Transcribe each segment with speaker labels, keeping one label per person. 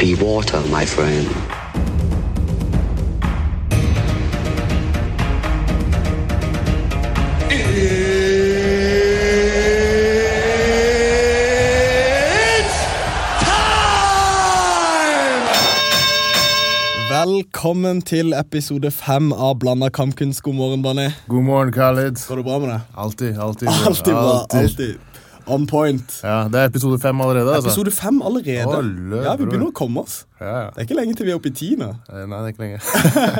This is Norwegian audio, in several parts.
Speaker 1: Be water, my friend.
Speaker 2: Velkommen til episode fem av Blanda kampkunst. God morgen, Barney.
Speaker 3: God morgen, Khalid.
Speaker 2: Går det bra med deg?
Speaker 3: Alltid, alltid.
Speaker 2: Alltid bra. Alltid. On point.
Speaker 3: Ja, det er episode fem allerede, altså.
Speaker 2: Episode fem allerede.
Speaker 3: Å, lø,
Speaker 2: ja, Vi
Speaker 3: bror.
Speaker 2: begynner å komme oss.
Speaker 3: Ja, ja.
Speaker 2: Det er ikke lenge til vi er oppe i ti nå.
Speaker 3: Eh, Nei, det er ikke lenge.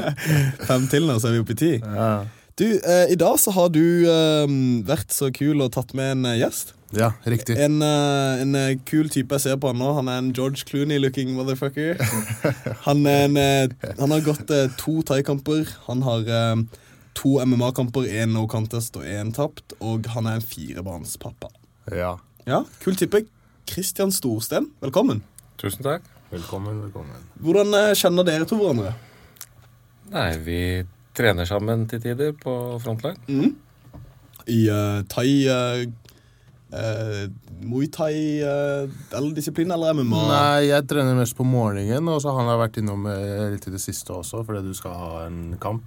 Speaker 2: Fem til nå, så er vi oppe i ti.
Speaker 3: Ja,
Speaker 2: Du, eh, I dag så har du eh, vært så kul og tatt med en eh, gjest.
Speaker 3: ja riktig.
Speaker 2: En, eh, en eh, kul type jeg ser på han nå. Han er en George Clooney-looking motherfucker. Han, er en, eh, han har gått eh, to thaikamper. Han har eh, to MMA-kamper, én no contest og én tapt. Og han er en firebarnspappa.
Speaker 3: Ja.
Speaker 2: Ja, Kul type. Kristian Storsten, velkommen.
Speaker 4: Tusen takk.
Speaker 3: Velkommen, velkommen.
Speaker 2: Hvordan eh, kjenner dere to hverandre?
Speaker 4: Nei, vi trener sammen til tider på frontline.
Speaker 2: Mm. I eh, thai eh, eh, Muay thai eh, eller disiplin eller MMA?
Speaker 3: Nei, jeg trener mest på morgenen, og så han har vært innom eh, litt i det siste også, fordi du skal ha en kamp.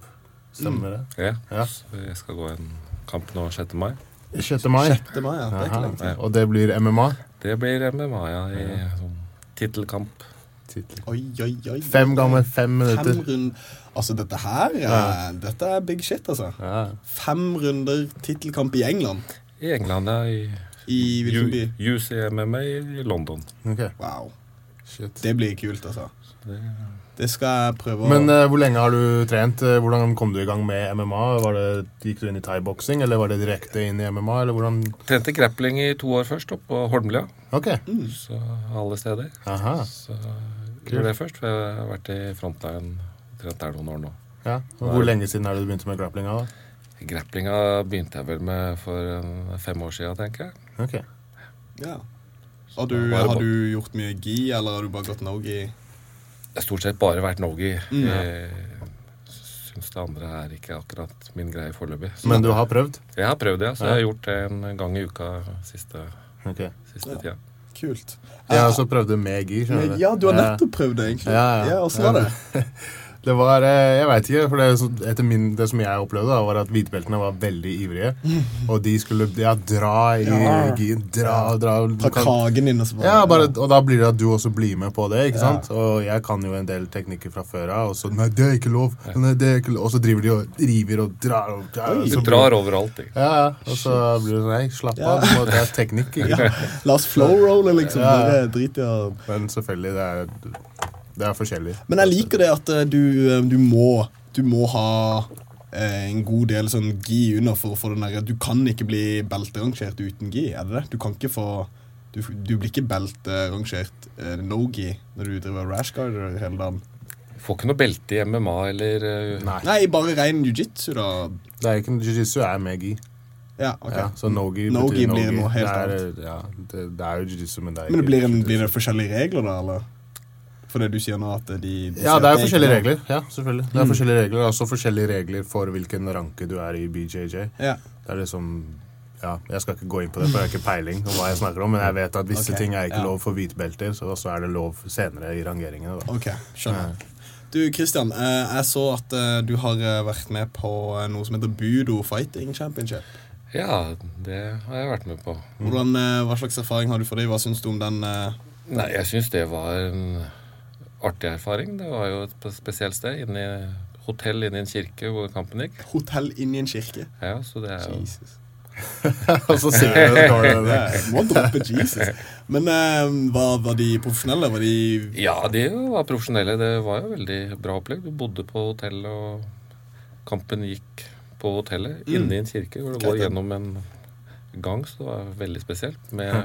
Speaker 3: Stemmer
Speaker 2: Mm.
Speaker 3: det?
Speaker 4: Ja.
Speaker 3: Ja.
Speaker 4: Så jeg skal gå en kamp nå 6. mai.
Speaker 3: 6. mai.
Speaker 2: Det var, ja. det er ikke
Speaker 3: Aha,
Speaker 2: lenge.
Speaker 3: ja. Og det blir MMA.
Speaker 4: Det blir MMA ja, i sånn tittelkamp.
Speaker 2: Oi, oi, oi.
Speaker 3: Fem ganger fem
Speaker 2: Fem
Speaker 3: minutter.
Speaker 2: rund... Altså, dette her er, Dette er big shit, altså.
Speaker 3: Ja.
Speaker 2: Fem runder tittelkamp i England.
Speaker 4: I England, ja. I
Speaker 2: I hvilken by?
Speaker 4: U- UCMMA i London.
Speaker 3: Ok,
Speaker 2: Wow.
Speaker 3: shit.
Speaker 2: Det blir kult, altså. Det skal jeg prøve å
Speaker 3: Men eh, hvor lenge har du trent? Eh, Hvordan kom du i gang med MMA? Var det, gikk du inn i thaiboksing, eller var det direkte inn i MMA? Eller hvordan?
Speaker 4: Trente grappling i to år først, oppe på Holmlia.
Speaker 3: Ok,
Speaker 2: Mm.
Speaker 4: Så alle steder.
Speaker 3: aha.
Speaker 4: Så gjorde det først, for jeg har vært i frontline og trent der noen år nå.
Speaker 3: Ja. Og hvor lenge siden er det du begynte med grapplinga? da?
Speaker 4: Grapplinga begynte jeg vel med for eh, fem år siden, tenker jeg.
Speaker 3: Ok.
Speaker 2: ja. har, du,
Speaker 4: Bare
Speaker 2: har
Speaker 4: på-
Speaker 2: du gjort mye gi, eller har du bare gått no-gi?
Speaker 4: Det har stort sett bare vært Nogi.
Speaker 3: Mm.
Speaker 4: Jeg syns det andre er ikke akkurat min greie foreløpig. Så
Speaker 3: Men du har prøvd?
Speaker 4: Jeg har prøvd det, så jeg har gjort det en gang i uka siste,
Speaker 3: Ok.
Speaker 4: siste tida.
Speaker 2: Kult. Eh,
Speaker 3: Jeg har også prøvd det med gi. skjønner
Speaker 2: Men, ja, du har
Speaker 3: Ja.
Speaker 2: nettopp prøvd det, egentlig.
Speaker 3: Ja, ja.
Speaker 2: Åssen var det?
Speaker 3: Det var, eh, jeg vet ikke, for det, som- etter min, det som jeg opplevde da, var at hvitbeltene var veldig ivrige. Og de skulle ja, dra i
Speaker 2: Ja.
Speaker 3: gien. Dra, dra. Du
Speaker 2: Ta
Speaker 3: kan-
Speaker 2: kragen din og så
Speaker 3: Ja, bare, og da blir det at du også blir med på det. ikke sant? Og jeg kan jo en del teknikker fra før av, og så Nei, det er ikke lov! Nei, det er ikke lov. Og så driver de og river og drar. Og, ja, og
Speaker 4: Du
Speaker 3: så
Speaker 4: drar overalt, du.
Speaker 3: Ja, ja. Og så blir det sånn Nei, slapp av. du må- Det er teknikk. ikke sant?
Speaker 2: La oss flow-rolle, liksom.
Speaker 3: Ja.
Speaker 2: Bare drit i å
Speaker 3: Men selvfølgelig, det er, det er forskjellig.
Speaker 2: Men jeg liker det at eh, du, eh, du, må, du må ha eh, en god del sånn gi under for å få den derre Du kan ikke bli belterangert uten gi, er det det? Du kan ikke få Du, du blir ikke belterangert eh, no-gi når du driver rashguider hele dagen.
Speaker 4: Får ikke noe belte i MMA eller eh,
Speaker 3: Nei.
Speaker 2: Nei, bare rein jiu-jitsu, da.
Speaker 3: Det er ikke Jiu-jitsu er med gi.
Speaker 2: Ja, ok.
Speaker 3: Ja, så no-gi
Speaker 2: No gi
Speaker 3: betyr
Speaker 2: blir
Speaker 3: no-gi.
Speaker 2: noe helt
Speaker 3: det er, ja, det, det er jo jiu-jitsu, men det er
Speaker 2: Men det blir, en,
Speaker 3: jiu-jitsu.
Speaker 2: blir det forskjellige regler, da, eller? For det du sier nå, at de, de
Speaker 3: Ja,
Speaker 2: sier
Speaker 3: det er
Speaker 2: at ikke
Speaker 3: jo
Speaker 2: Mm.
Speaker 3: forskjellige
Speaker 2: lov.
Speaker 3: regler. Ja, selvfølgelig. Det er forskjellige regler, og Også forskjellige regler for hvilken ranke du er i BJJ.
Speaker 2: Ja.
Speaker 3: Det er liksom ja, Jeg skal ikke gå inn på det, for jeg har ikke peiling om hva jeg snakker om, men jeg vet at visse
Speaker 2: Ok,
Speaker 3: ting er ikke
Speaker 2: ja.
Speaker 3: lov for hvitbelter, så så er det lov senere i rangeringene. da.
Speaker 2: Ok, skjønner. Du, Christian, eh, jeg så at eh, du har eh, vært med på eh, noe som heter Budo Fighting Championship.
Speaker 4: Ja, det har jeg vært med på.
Speaker 2: Hvordan, eh, hva slags erfaring har du for det? Hva syns du om den? eh,
Speaker 4: Nei, jeg syns det var en artig erfaring. Det var jo et p- spesielt sted. Inne i hotell inne i en kirke hvor kampen gikk.
Speaker 2: Hotell inni en kirke?
Speaker 4: Ja, så det er jo
Speaker 2: Jesus.
Speaker 3: Og så ser du det dårlig
Speaker 2: Det er- Må droppe Jesus. Men eh, var, var de profesjonelle? Var de
Speaker 4: Ja, de var profesjonelle. Det var jo veldig bra opplegg. Du bodde på hotell, og kampen gikk på hotellet
Speaker 3: Mm.
Speaker 4: inne i en kirke hvor du går gjennom en gang, så det var veldig spesielt. Med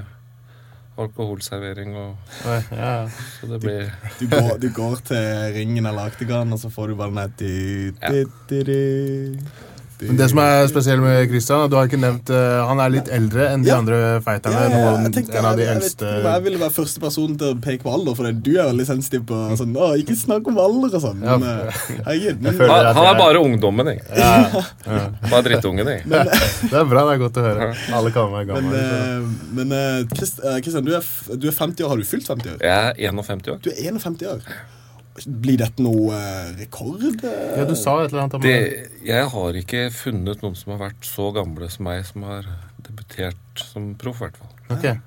Speaker 4: alkoholservering og
Speaker 3: Ja, ja.
Speaker 4: Så det blir
Speaker 2: du går, du går til ringen eller Aktergarden, og så får du bare den her du- du- du- du- du-
Speaker 3: Men det som er spesielt med Christian, du har ikke nevnt eh, Han er litt eldre enn de
Speaker 2: Ja.
Speaker 3: andre fighterne.
Speaker 2: Ja, ja,
Speaker 3: noen,
Speaker 2: jeg tenkte,
Speaker 3: en av de
Speaker 2: jeg, jeg,
Speaker 3: eldste
Speaker 2: vet, jeg ville være første person til å peke på alder, for det- du er veldig sensitiv på sånn, å, ikke snakk om alder og sånn.
Speaker 3: Ja.
Speaker 2: Men, eh, herregud, men,
Speaker 3: føler-
Speaker 4: Han,
Speaker 3: at
Speaker 4: han
Speaker 3: jeg-
Speaker 4: er bare ungdommen, jeg.
Speaker 3: ja,
Speaker 4: Bare drittungen, jeg.
Speaker 3: Det er bra, det er godt å høre. Alle kaller meg
Speaker 2: men,
Speaker 3: gammel. liksom.
Speaker 2: eh, men eh, Chris- eh, Christian, du er, f- du er 50 år. Har du fylt 50 år?
Speaker 4: Jeg er 51 år.
Speaker 2: Du er 51 år. Blir dette noe eh, rekord? eh?
Speaker 3: ja, du sa et eller annet om
Speaker 4: Det, jeg har ikke funnet noen som har vært så gamle som meg, som har debutert som proff, i hvert fall.
Speaker 3: Ok,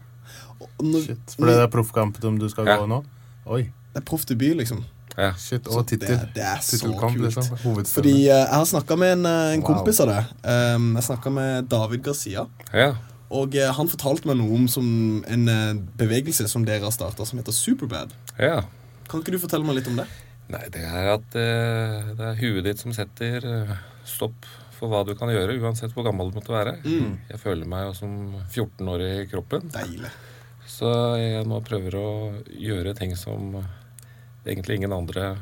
Speaker 2: Når,
Speaker 3: shit. For det er proffkampen du skal
Speaker 4: Ja.
Speaker 3: gå nå? Oi.
Speaker 2: Det er proffdebut, liksom.
Speaker 4: Ja.
Speaker 3: Shit.
Speaker 2: Så
Speaker 3: Og tittel.
Speaker 2: det- det er så
Speaker 3: Tittelkamp,
Speaker 2: kult.
Speaker 3: liksom. Hovedstemme.
Speaker 2: Fordi eh, jeg har snakka med en, eh, en
Speaker 3: Wow.
Speaker 2: kompis av deg. Um, jeg snakka med David Garcia.
Speaker 4: ja.
Speaker 2: Og eh, han fortalte meg noe om som en eh, bevegelse som dere har starta, som heter Superbad.
Speaker 4: ja.
Speaker 2: Kan ikke du fortelle meg litt om det?
Speaker 4: Nei, det er at eh, det er huet ditt som setter eh, stopp for hva du kan gjøre, uansett hvor gammel du måtte være.
Speaker 3: Mm.
Speaker 4: Jeg føler meg jo som 14 år i kroppen,
Speaker 2: Deilig.
Speaker 4: så jeg nå prøver å gjøre ting som egentlig ingen andre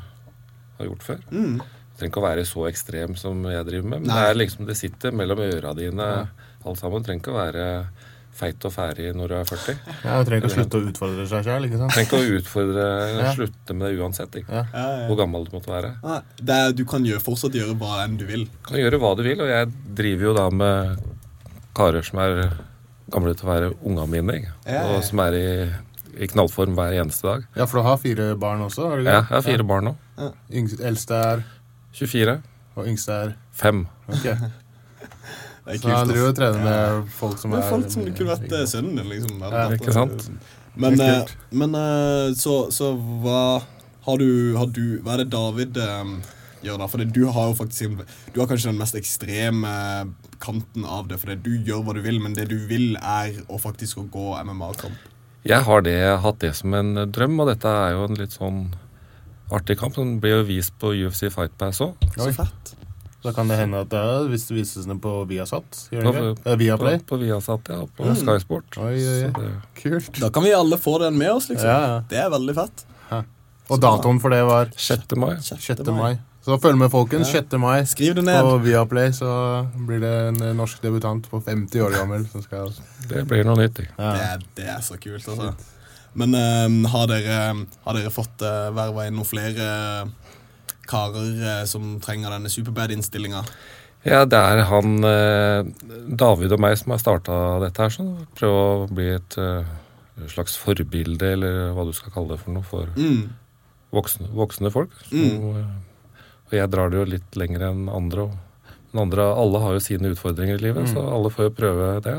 Speaker 4: har gjort før.
Speaker 2: Mm.
Speaker 4: Trenger ikke å være så ekstrem som jeg driver med, men
Speaker 2: Nei.
Speaker 4: det er liksom det sitter mellom øra dine, alt sammen. Trenger ikke å være feit og ferdig når du er 40.
Speaker 3: Ja, du trenger ikke å slutte å utfordre seg sjøl, ikke sant?
Speaker 4: Trenger ikke å utfordre,
Speaker 3: Ja.
Speaker 4: slutte med det uansett, ikke?
Speaker 3: Ja.
Speaker 4: hvor gammel du måtte være.
Speaker 2: Ah, det er, du kan gjøre, fortsatt gjøre hva enn du vil.
Speaker 4: kan gjøre hva du vil, og jeg driver jo da med karer som er gamle til å være unga mine, jeg.
Speaker 2: Ja, ja.
Speaker 4: og som er i, i knallform hver eneste dag.
Speaker 3: Ja, for du har fire barn også? har du ikke?
Speaker 4: Ja, jeg har fire barn nå.
Speaker 3: Yngst, eldste er
Speaker 4: 24.
Speaker 3: Og yngste er
Speaker 4: Fem.
Speaker 3: Ok.
Speaker 2: Det er
Speaker 3: Så han
Speaker 2: kult. ass.
Speaker 3: driver og trener med folk som
Speaker 2: Det
Speaker 3: er
Speaker 2: er folk som du kunne vært eh, sønnen din, liksom. eller
Speaker 3: Ja,
Speaker 2: datteren
Speaker 4: ikke sant?
Speaker 2: din. Men,
Speaker 3: Det er
Speaker 2: eh, men eh, så, så hva har du, har du Hva er det David eh, gjør da? For du har jo faktisk en- Du har kanskje den mest ekstreme kanten av det. For du gjør hva du vil, men det du vil, er å faktisk å gå MMA-kamp.
Speaker 4: Jeg har det, hatt det som en drøm, og dette er jo en litt sånn artig kamp. Den ble jo vist på UFC Fight Pass òg.
Speaker 2: Så fett.
Speaker 3: Da kan det hende at det er, hvis det vises den på Viasat. Gjør det
Speaker 4: På,
Speaker 3: ikke? Eh, Viaplay.
Speaker 4: på Viasat, ja. og På Sky Sport.
Speaker 3: Oi, oi,
Speaker 4: Så
Speaker 3: oi.
Speaker 4: det-
Speaker 3: Kult.
Speaker 2: Da kan vi alle få den med oss, liksom.
Speaker 3: Ja, ja.
Speaker 2: Det er veldig fett.
Speaker 3: Og datoen for det var
Speaker 4: 6. mai.
Speaker 3: 6. mai. Så følg med, folkens. 6. mai.
Speaker 2: Skriv det ned.
Speaker 3: På Viaplay så blir det en eh, norsk debutant på 50 år gammel som skal
Speaker 4: Det blir noe nytt. ikke?
Speaker 2: Det, er- det er så kult, altså. Men eh, har, dere, har dere fått uh, verva inn noen flere karer eh, som trenger denne Superbad-innstillinga?
Speaker 4: Ja, det er han eh, David og meg som har starta dette her. Sånn. Prøve å bli et eh, slags forbilde, eller hva du skal kalle det for noe, for
Speaker 2: Mm.
Speaker 4: voksne, voksne folk. Så, eh, og jeg drar det jo litt lenger enn andre. Og, men andre, alle har jo sine utfordringer i livet,
Speaker 2: Mm.
Speaker 4: så alle får jo prøve det.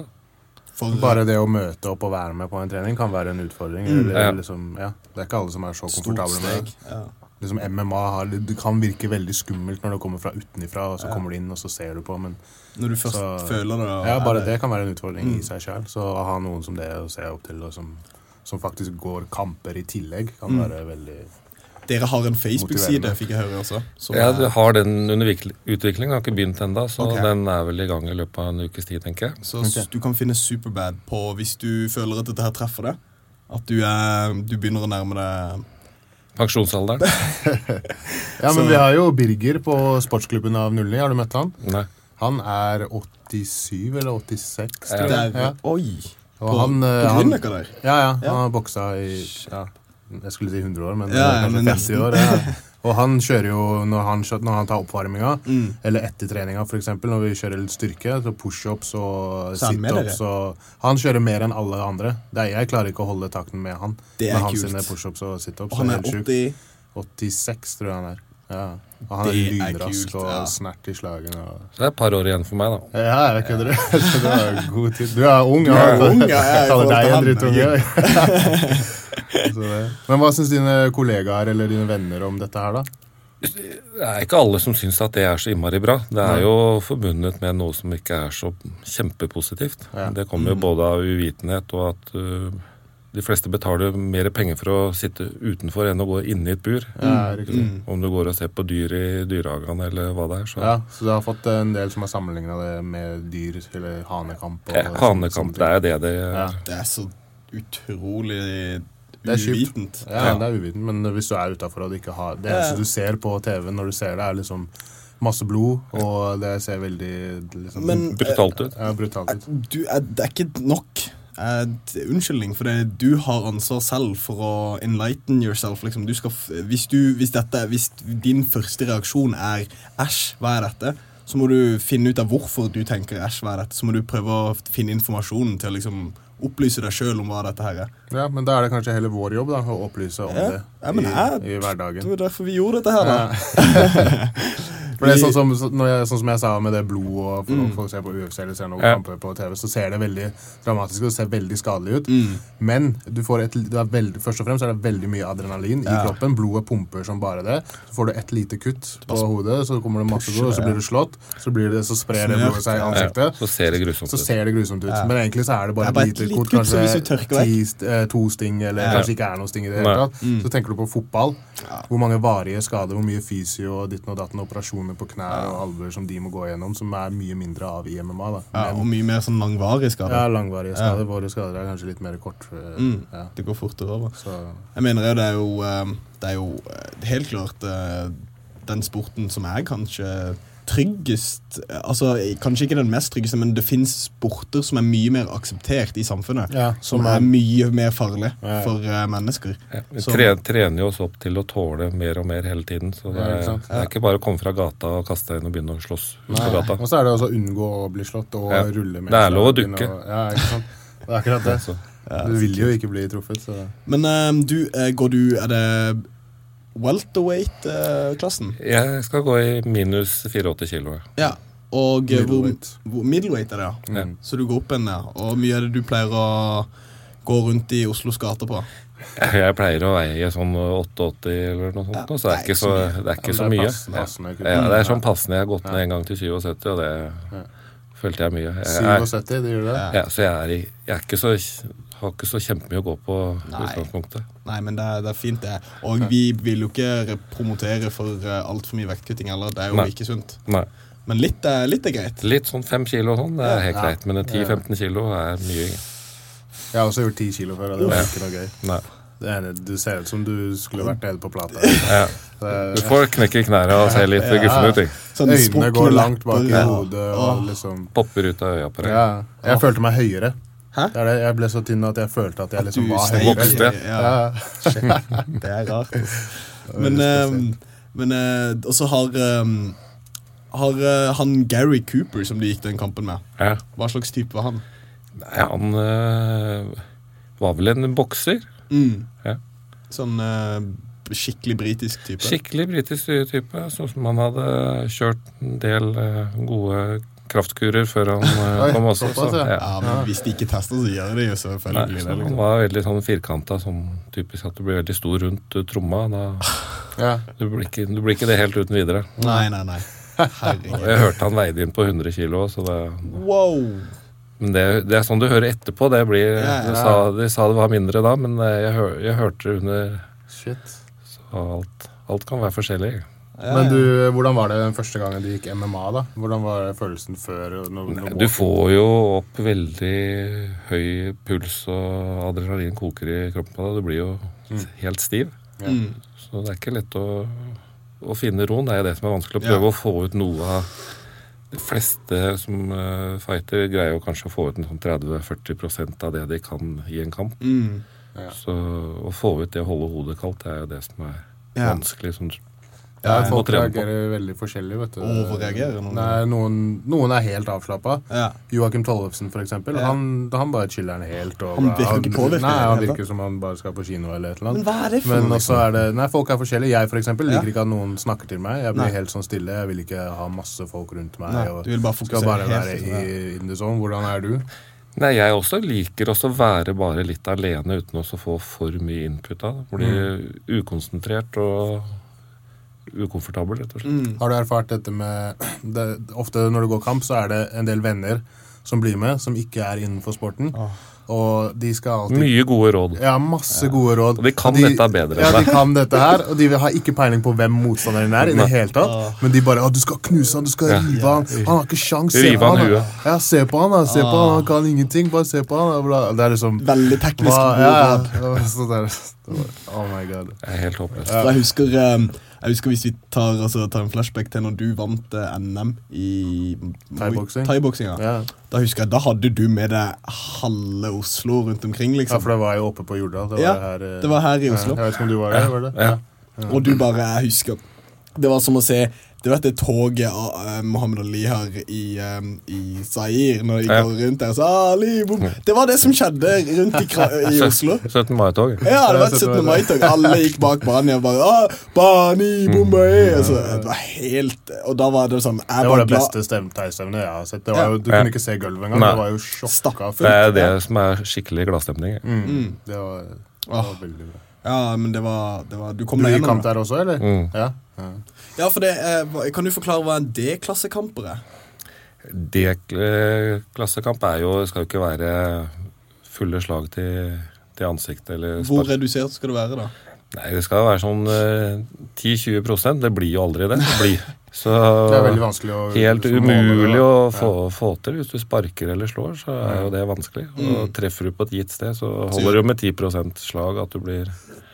Speaker 2: For, eh,
Speaker 3: Bare det å møte opp og være med på en trening kan være en utfordring. Eller,
Speaker 4: Ja.
Speaker 3: liksom, ja. Det er ikke alle som er så
Speaker 2: Mm. Stort
Speaker 3: komfortable med
Speaker 2: steg.
Speaker 3: det.
Speaker 2: Ja.
Speaker 3: Liksom MMA har, det kan virke veldig skummelt når det kommer fra utenifra, og så kommer du inn, og så ser du på, men
Speaker 2: Når du først
Speaker 3: Så-
Speaker 2: føler det. og
Speaker 3: Ja,
Speaker 2: er
Speaker 3: bare det Mm. kan være en utfordring i seg sjøl. Så å ha noen som det å se opp til, og som, som faktisk går kamper i tillegg, kan være veldig
Speaker 2: Dere har en Facebook-side,
Speaker 3: Motiverende.
Speaker 2: fikk jeg høre også. eh, som
Speaker 4: Ja,
Speaker 2: er-
Speaker 4: du har den under vikl- utvikling, har ikke begynt ennå, så
Speaker 2: Ok.
Speaker 4: den er vel i gang i løpet av en ukes tid, tenker jeg.
Speaker 2: Så s- du kan finne Superbad på hvis du føler at dette her treffer deg. At du, er, du begynner å nærme deg
Speaker 4: Pensjonsalderen?
Speaker 3: Ja, men vi har jo Birger på sportsklubben av Nulli. Har du møtt han?
Speaker 4: Nei.
Speaker 3: Han er 87 eller 86,
Speaker 4: Ja.
Speaker 3: tror jeg.
Speaker 2: der.
Speaker 3: Ja.
Speaker 2: Oi!
Speaker 3: Og han, eh,
Speaker 2: på
Speaker 3: han,
Speaker 2: Grünerløkka der.
Speaker 3: ja, ja, han
Speaker 2: Ja.
Speaker 3: har boksa i ja, Jeg skulle si 100 år, men
Speaker 2: Ja,
Speaker 3: eh,
Speaker 2: ja,
Speaker 3: kanskje
Speaker 2: men
Speaker 3: 50 år. Ja. Og han kjører jo når han, kjø- når han tar oppvarminga,
Speaker 2: Mm.
Speaker 3: eller etter treninga f.eks., når vi kjører litt styrke, så pushups og
Speaker 2: Så er han med
Speaker 3: situps og Han kjører mer enn alle andre. Det er, jeg klarer ikke å holde takten med han.
Speaker 2: Det er
Speaker 3: med hans
Speaker 2: kult.
Speaker 3: sine pushups og situps.
Speaker 2: Og han
Speaker 3: Det
Speaker 2: er
Speaker 3: helt sjukt.
Speaker 2: 80
Speaker 3: 86, tror jeg han er. Ja. Og han er
Speaker 2: Det er
Speaker 3: lynrask
Speaker 2: kult,
Speaker 3: og
Speaker 2: ja.
Speaker 3: snert i slagen. Og...
Speaker 4: Så det er et par år igjen for meg, da.
Speaker 3: Ja, jeg kødder. Så du har god tid. Du er ung. Du
Speaker 2: er ung, ja, jeg er i forhold
Speaker 3: deg
Speaker 2: til
Speaker 3: en
Speaker 2: han,
Speaker 3: drittunge. Så det. Men hva syns dine kollegaer eller dine venner om dette her, da?
Speaker 4: Det er ikke alle som syns at det er så innmari bra. Det er jo forbundet med noe som ikke er så kjempepositivt.
Speaker 3: Ja. Mm.
Speaker 4: Det kommer jo både av uvitenhet og at øh, de fleste betaler mer penger for å sitte utenfor enn å gå inne i et bur. Mm.
Speaker 3: Ja,
Speaker 2: Mm,
Speaker 3: riktig.
Speaker 4: Om du går og ser på dyr i dyrehagen eller hva det er. Så.
Speaker 3: Ja, så du har fått en del som har sammenligna det med dyr eller hanekamp? Og,
Speaker 4: Eh, Hanekamp, det er det det
Speaker 3: Ja.
Speaker 2: Det er så utrolig
Speaker 3: Det er kjipt.
Speaker 2: uvitent.
Speaker 3: Ja, det er uviten, men hvis du er utafor og det ikke har Det eneste du ser på TV når du ser det, er liksom masse blod, og det ser veldig liksom,
Speaker 2: Men-
Speaker 4: brutalt ut.
Speaker 3: ja, brutalt ut.
Speaker 2: Du, er, det er ikke nok. Eh, det- unnskyldning, for det, du har ansvar selv for å enlighten yourself. Liksom. Du skal, f- hvis, du, hvis, dette, hvis din første reaksjon er 'æsj, hva er dette', så må du finne ut av hvorfor du tenker 'æsj, hva er dette'. Så må du prøve å finne informasjonen til å liksom, opplyse deg sjøl om hva dette her er.
Speaker 3: Ja, men da er det kanskje heller vår jobb da, å opplyse om det
Speaker 2: ja, men jeg-
Speaker 3: i, i hverdagen.
Speaker 2: Det var derfor vi gjorde dette her, da.
Speaker 3: For det er sånn som, så- når jeg, sånn som jeg sa med det blodet og
Speaker 2: Mm.
Speaker 3: for når folk ser på UFC eller ser noen
Speaker 4: Ja.
Speaker 3: kamper på TV, så ser det veldig dramatisk ut og ser veldig skadelig ut.
Speaker 2: Mm.
Speaker 3: Men du får et, det er veldig, først og fremst er det veldig mye adrenalin i kroppen. Blodet pumper som bare det. Så får du et lite kutt på hodet, så kommer det masse blod, og så blir du slått. Så, blir det, så sprer det
Speaker 2: Snørt,
Speaker 3: blodet seg i
Speaker 4: Ja,
Speaker 3: ansiktet.
Speaker 4: så ser det grusomt
Speaker 3: Så
Speaker 4: ut.
Speaker 3: ser det grusomt ut, men egentlig så er det bare,
Speaker 2: Det er bare
Speaker 3: et
Speaker 2: et
Speaker 3: lite kort.
Speaker 2: lite kutt, så hvis du
Speaker 3: Kanskje
Speaker 2: tørker vekk.
Speaker 3: ti, st- eh, to sting, eller kanskje ikke er noe sting i det hele
Speaker 4: Nei.
Speaker 3: tatt.
Speaker 2: Mm.
Speaker 3: Så tenker du på fotball. Hvor mange varige skader, hvor mye fysio og ditten og datten, operasjoner på knær og albuer som de må gå gjennom, som er mye mindre av i MMA. da.
Speaker 2: Ja, og mye mer sånn langvarig skade.
Speaker 3: Ja, langvarige skader. Våre skader er kanskje litt mer kort. eh, Ja,
Speaker 2: Det går fortere over.
Speaker 3: så
Speaker 2: Jeg mener jo det er jo, eh, det er jo eh, helt klart eh, den sporten som er kanskje tryggest eh, Altså eh, kanskje ikke den mest tryggeste, men det fins sporter som er mye mer akseptert i samfunnet.
Speaker 3: Ja,
Speaker 2: som
Speaker 3: som er-
Speaker 2: er mye mer farlig
Speaker 3: Ja.
Speaker 2: for eh, mennesker.
Speaker 4: Vi
Speaker 2: Som-
Speaker 4: tre, trener jo oss opp til å tåle mer og mer hele tiden. Så det
Speaker 3: Ja,
Speaker 4: er,
Speaker 3: ikke sant?
Speaker 4: det er ikke bare å komme fra gata og kaste deg inn og begynne å slåss på gata.
Speaker 3: Og så er det også å unngå å bli slått og
Speaker 4: Ja.
Speaker 3: rulle med.
Speaker 4: Det er lov å
Speaker 3: slagen
Speaker 4: dukke.
Speaker 3: og- Ja, ikke sant. Det er akkurat det.
Speaker 4: Så-
Speaker 3: Du vil jo ikke bli truffet, så
Speaker 2: Men eh, du, eh, går du Er det eh, welterweight-klassen?
Speaker 4: Jeg skal gå i minus 84 kilo. jeg.
Speaker 2: ja. Og eh, hvor,
Speaker 3: Middleweight.
Speaker 2: hvor Middleweight er det, ja.
Speaker 4: Ja.
Speaker 2: Så du går opp en, ja. Og mye er det du pleier å gå rundt i Oslos gater på?
Speaker 4: Jeg pleier å veie sånn 88 eller noe sånt,
Speaker 2: Ja,
Speaker 4: så det er ikke så, det er
Speaker 3: Ja,
Speaker 4: ikke så
Speaker 3: det er
Speaker 4: mye.
Speaker 3: passende, passende, ikke
Speaker 4: Ja,
Speaker 3: sant?
Speaker 4: det er sånn passende. Jeg har gått ned en gang til 77, og det følte jeg mye. Jeg er,
Speaker 3: 77, det gjør det.
Speaker 4: ja, så jeg er, i- jeg er ikke så, har ikke så kjempemye å gå på i
Speaker 2: Nei.
Speaker 4: utgangspunktet.
Speaker 2: Nei, men det er, det er fint, det. Og vi vil jo ikke re- promotere for altfor mye vektkutting heller. Det er jo
Speaker 4: Nei.
Speaker 2: ikke sunt.
Speaker 4: Nei.
Speaker 2: Men litt er, litt er greit.
Speaker 4: Litt sånn 5 kilo og sånn, det er helt greit, men en 10-15 kilo er mye.
Speaker 3: Jeg har også gjort 10 kilo før, og det var ikke noe gøy.
Speaker 4: Nei.
Speaker 3: Det er, du ser ut som du skulle vært nede på plata.
Speaker 4: Ja. Du får knekke knærne og se litt guffen ut. ikke?
Speaker 2: Sånn
Speaker 3: Øynene
Speaker 2: sprukne
Speaker 3: går langt bak i
Speaker 2: lepper og-
Speaker 3: hodet. Og liksom,
Speaker 4: Popper ut av øya på deg.
Speaker 3: ja. Jeg følte meg høyere.
Speaker 2: Hæ?
Speaker 3: Det er det, jeg ble så tynn at jeg følte at jeg liksom
Speaker 2: Du
Speaker 3: var
Speaker 2: steg-
Speaker 3: høyere.
Speaker 4: Vokste.
Speaker 2: Ja, det er rart. altså. Men, ehm, men eh, Og så har ehm, Har eh, han Gary Cooper som du gikk den kampen med,
Speaker 4: Ja.
Speaker 2: hva slags type var han?
Speaker 4: Nei, han øh, var vel en bokser. Ja.
Speaker 2: Sånn eh, skikkelig britisk type?
Speaker 4: Skikkelig britisk type, sånn som han hadde kjørt en del eh, gode kraftkurer før han eh,
Speaker 3: Oi,
Speaker 4: kom også. Så,
Speaker 3: såpass, ja.
Speaker 4: ja.
Speaker 2: Ja, men Hvis de ikke tester, så gjør de jo
Speaker 4: Nei,
Speaker 2: selvfølgelig
Speaker 4: så
Speaker 2: det.
Speaker 4: han
Speaker 2: Liksom.
Speaker 4: var veldig sånn firkanta, sånn typisk at du blir veldig stor rundt eh, tromma. Da,
Speaker 3: Ja.
Speaker 4: du, blir ikke, du blir ikke det helt uten videre.
Speaker 2: Nei, nei, nei. Herregud.
Speaker 4: Jeg hørte han veide inn på 100 kilo, så det,
Speaker 2: Wow!
Speaker 4: men det, det er sånn du hører etterpå. Det blir,
Speaker 2: Ja,
Speaker 4: De,
Speaker 2: ja.
Speaker 4: sa, de sa det var mindre da, men eh, jeg, hør, jeg hørte det under
Speaker 3: Shit.
Speaker 4: så alt, alt kan være forskjellig.
Speaker 3: Men du, hvordan var det den første gangen du gikk MMA? da? Hvordan var følelsen før? og Når, når
Speaker 4: Du får jo opp veldig høy puls, og adrenalin koker i kroppen på deg. Du blir jo helt stiv. Så det er ikke lett å, å finne roen. Det er jo det som er vanskelig. Å prøve å få ut noe av De fleste som eh, fighter, greier jo kanskje å få ut en sånn 30-40 av det de kan i en kamp. Så å få ut det å holde hodet kaldt, det er jo det som er
Speaker 2: Ja.
Speaker 4: vanskelig. Sånn,
Speaker 3: Ja, folk
Speaker 4: må trene på.
Speaker 3: reagerer veldig forskjellig. vet du.
Speaker 2: Overreagerer noen?
Speaker 3: Nei, noen, noen er helt avslappa.
Speaker 2: Ja.
Speaker 3: Joakim Tollefsen, for eksempel. Han, han bare chiller'n helt. Og
Speaker 2: Han virker
Speaker 3: bare-
Speaker 2: ikke påvirket i det
Speaker 3: Nei,
Speaker 2: hele
Speaker 3: han
Speaker 2: tatt.
Speaker 3: virker som han bare skal på kino eller et eller annet.
Speaker 2: Men hva er det for
Speaker 3: Men
Speaker 2: noe,
Speaker 3: også er det, nei, folk er forskjellige. Jeg, for eksempel,
Speaker 2: Ja.
Speaker 3: liker ikke at noen snakker til meg. Jeg blir
Speaker 2: Nei.
Speaker 3: helt sånn stille. Jeg vil ikke ha masse folk rundt meg.
Speaker 2: Nei,
Speaker 3: og
Speaker 2: du vil bare
Speaker 3: skal
Speaker 2: fokusere
Speaker 3: bare
Speaker 2: helt
Speaker 3: være
Speaker 2: på
Speaker 3: i, in the zone. Hvordan er du?
Speaker 4: Nei, jeg også liker også å være bare litt alene uten også å få for mye input av det. Blir ukonsentrert og ukomfortabel, rett og slett.
Speaker 2: Hmm.
Speaker 3: Har du erfart dette med det, Ofte når det går kamp, så er det en del venner som blir med, som ikke er innenfor sporten. Og de skal alltid
Speaker 4: Mye gode råd.
Speaker 3: Mm. Ja, masse gode råd.
Speaker 4: Og de kan dette bedre altså. enn
Speaker 3: Ja, de
Speaker 4: deg.
Speaker 3: kan dette her, og de har ikke peiling på hvem motstanderen er. i det hele
Speaker 2: Ah.
Speaker 3: tatt Men de bare 'Å, du skal knuse han, du skal
Speaker 4: Ja.
Speaker 3: rive han'. Han har ikke sjans. Se
Speaker 4: Rive
Speaker 3: på
Speaker 4: han
Speaker 3: han,
Speaker 4: i
Speaker 3: da.
Speaker 4: huet.
Speaker 3: ja, se på han, da. Se på han, han kan ingenting. Bare se på han. da, bla. Det er liksom
Speaker 2: Ah. Veldig teknisk
Speaker 3: Hva-
Speaker 2: god
Speaker 3: ja, ja.
Speaker 2: råd.
Speaker 3: Det var så der- det var- Oh my god.
Speaker 4: Jeg er helt håpløs.
Speaker 2: For jeg husker, eh, jeg husker hvis vi tar, altså, tar en flashback til når du vant eh, NM i
Speaker 3: Thaiboksing.
Speaker 2: thaiboksing, ja.
Speaker 3: Ja.
Speaker 2: Da husker jeg, da hadde du med deg halve Oslo rundt omkring,
Speaker 3: Ja,
Speaker 2: liksom.
Speaker 3: for det var jo oppe på Jordal. Det var,
Speaker 2: Ja,
Speaker 3: her, eh,
Speaker 2: det var her i Oslo.
Speaker 3: Ja, jeg vet ikke om du var der? Var det?
Speaker 4: Ja.
Speaker 2: Og du bare, jeg husker Det var som å se Du vet det toget av eh, Mohammed Ali her i, eh, i Zaire Når de
Speaker 4: Ja.
Speaker 2: går rundt der og så, Ali, boom. Det var det som skjedde rundt i, Kra- i Oslo
Speaker 4: 17. mai-tog.
Speaker 2: ja, det var et
Speaker 3: Ja,
Speaker 2: 17.
Speaker 3: det. Mm.
Speaker 2: mai-tog. Alle gikk bak Bani og bare ah, Bani, Bombay altså, Det var helt Og da var det sånn jeg
Speaker 3: Det
Speaker 2: var
Speaker 3: var det
Speaker 2: glad-
Speaker 3: beste stemmetaisevnet jeg har sett. Det var
Speaker 2: Ja.
Speaker 3: jo, du
Speaker 4: Ja.
Speaker 3: kunne ikke se gulvet engang.
Speaker 4: Nei.
Speaker 3: Det var jo sjokka
Speaker 2: Stappfullt.
Speaker 4: Det
Speaker 3: fullt.
Speaker 4: er det som er skikkelig gladstemning. jeg.
Speaker 3: Mm. Det var, det var
Speaker 2: Åh.
Speaker 3: veldig bra.
Speaker 2: Ja, men det var, det var Du kom
Speaker 3: Du
Speaker 2: deg
Speaker 3: gikk
Speaker 2: gjennom
Speaker 3: kamp
Speaker 2: det.
Speaker 3: der også, eller?
Speaker 4: Mm.
Speaker 3: Ja. ja.
Speaker 2: Ja, for det, eh, hva- kan du forklare hva en D-klassekamper er?
Speaker 4: D-klassekamp eh, er jo Skal jo ikke være fulle slag til, til ansiktet eller
Speaker 2: Hvor
Speaker 4: spark.
Speaker 2: redusert skal det være, da?
Speaker 4: Nei, det skal jo være sånn eh, 10-20 Det blir jo aldri det. det blir. Så
Speaker 3: Det er veldig vanskelig å
Speaker 4: Helt
Speaker 3: liksom,
Speaker 4: umulig
Speaker 3: måle,
Speaker 4: å
Speaker 3: da.
Speaker 4: få, få til. Hvis du sparker eller slår, så er jo det vanskelig.
Speaker 3: Mm.
Speaker 4: Og treffer du på et gitt sted, så holder det jo med 10 slag at du blir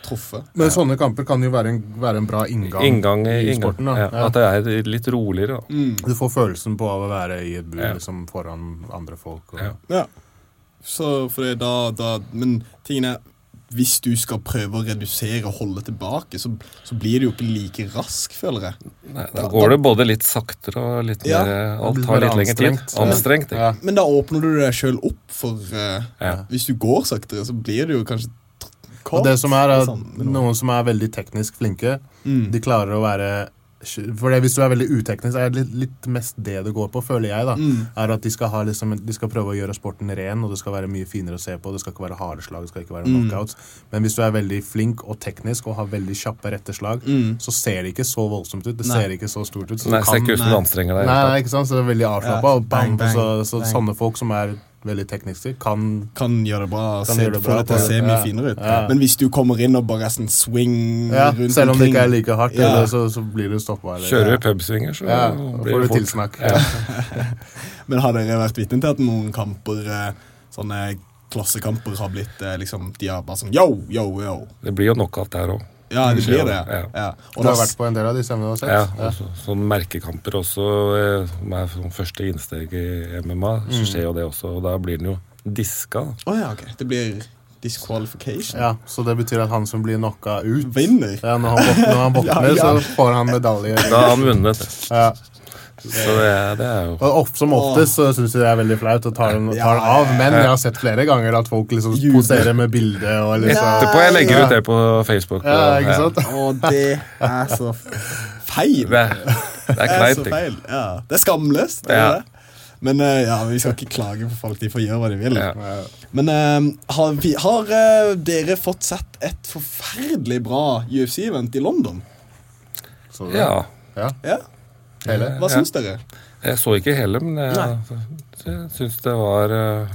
Speaker 2: Truffet.
Speaker 3: Men sånne kamper kan jo være en, være en bra inngang,
Speaker 4: inngang i
Speaker 3: i
Speaker 4: inngang.
Speaker 3: sporten. Da.
Speaker 4: Ja,
Speaker 3: Ja. Mm.
Speaker 4: at det er litt roligere. Da.
Speaker 3: Du får følelsen på av å være i et bur
Speaker 4: Ja.
Speaker 3: liksom, foran andre folk. Og,
Speaker 4: Ja.
Speaker 2: Ja. Så for det, da, da Men tingen er hvis du skal prøve å redusere og holde tilbake, så, så blir du jo ikke like rask, føler jeg.
Speaker 4: Nei, da går det både litt saktere og litt
Speaker 2: Ja,
Speaker 4: mer Alt
Speaker 3: det blir
Speaker 4: tar litt
Speaker 3: mer
Speaker 4: lengre tid.
Speaker 3: anstrengt.
Speaker 4: Anstrengt. ikke?
Speaker 3: Ja.
Speaker 2: Men da åpner du deg sjøl opp for eh,
Speaker 4: Ja.
Speaker 2: Hvis du går saktere, så blir det jo kanskje tr- kort.
Speaker 3: Og det som er, er
Speaker 2: sånn, men nå-
Speaker 3: noen som er veldig teknisk flinke,
Speaker 2: Mm.
Speaker 3: de klarer å være for det, Hvis du er veldig uteknisk, er det litt, litt mest det det går på, føler jeg. da,
Speaker 2: Mm.
Speaker 3: er At de skal, ha liksom, de skal prøve å gjøre sporten ren, og det skal være mye finere å se på. Det skal ikke være harde slag, det skal ikke være
Speaker 2: Mm.
Speaker 3: knockouts. Men hvis du er veldig flink og teknisk og har veldig kjappe rette slag, så ser det ikke så voldsomt ut. Det
Speaker 2: Mm. Nei.
Speaker 3: ser ikke så stort ut. Så
Speaker 4: Nei,
Speaker 3: du
Speaker 4: ser
Speaker 3: kan-
Speaker 4: ikke ut som du anstrenger deg.
Speaker 3: Nei, nei, ikke sant? Så det er veldig avslappa.
Speaker 2: Ja,
Speaker 3: og bang,
Speaker 2: bang,
Speaker 3: så,
Speaker 2: bang,
Speaker 3: så
Speaker 2: bang.
Speaker 3: sånne folk som er veldig tekniske, kan
Speaker 2: kan gjøre det bra.
Speaker 3: Kan
Speaker 2: se,
Speaker 3: gjøre det
Speaker 2: få
Speaker 3: bra
Speaker 2: det til å
Speaker 3: på
Speaker 2: se
Speaker 3: det.
Speaker 2: mye
Speaker 3: Ja.
Speaker 2: finere ut.
Speaker 3: Ja.
Speaker 2: Men hvis du kommer inn og bare er sånn swing
Speaker 3: ja,
Speaker 2: rundt
Speaker 3: Selv om det ikke er
Speaker 2: omkring-
Speaker 3: like hardt,
Speaker 2: Ja.
Speaker 3: eller, så, så blir du stoppa.
Speaker 4: Kjører du pubsvinger, så
Speaker 3: Ja, da
Speaker 4: blir
Speaker 3: får
Speaker 4: det
Speaker 3: du
Speaker 4: fort.
Speaker 3: tilsnakk.
Speaker 4: Ja.
Speaker 2: Men har dere vært vitne til at noen kamper, eh, sånne klassekamper, har blitt eh, liksom De har bare sånn yo, yo, yo.
Speaker 4: Det blir jo knockout der òg.
Speaker 2: Ja, det blir det.
Speaker 4: Ja.
Speaker 2: Ja. Og
Speaker 3: Mm, Du
Speaker 2: da,
Speaker 3: har vært på en del av de stemmene du har sett?
Speaker 4: Ja, og så, sånn merkekamper også, eh, som er sånn første innsteg i MMA, så skjer jo det også. Og da blir den jo diska. da.
Speaker 2: Å ja, ok. Det blir disqualification.
Speaker 3: Ja, så det betyr at han som blir knocka ut
Speaker 2: Vinner.
Speaker 3: ja, Når han våkner, når han våkner
Speaker 2: Ja, ja.
Speaker 3: så får han medalje.
Speaker 4: Da har han vunnet.
Speaker 3: Ja.
Speaker 4: Så det, er- det er jo
Speaker 3: Og of, Som oftest så syns jeg det er veldig flaut å ta den, ta den av, men jeg har sett flere ganger at folk liksom
Speaker 2: Jubler.
Speaker 3: poserer med bilde og liksom
Speaker 4: Etterpå jeg legger ut det på Facebook.
Speaker 3: Ja,
Speaker 4: og-
Speaker 3: ikke sant?
Speaker 2: Og det er så f- feil.
Speaker 4: Det er, det
Speaker 2: Det
Speaker 4: er
Speaker 2: er
Speaker 4: kleint.
Speaker 2: så
Speaker 4: ikke?
Speaker 2: feil. Ja. Det er skamløst. det er
Speaker 4: Ja.
Speaker 2: det. Men eh, ja, vi skal ikke klage på folk. De får gjøre hva de vil.
Speaker 4: Ja.
Speaker 2: Men eh, har, vi, har eh, dere fått sett et forferdelig bra UFC-event i London?
Speaker 3: Så det-
Speaker 4: Ja.
Speaker 3: ja.
Speaker 2: Ja?
Speaker 3: Hele.
Speaker 2: Hva syns dere?
Speaker 4: Jeg så ikke hele, men jeg, jeg syns det var eh,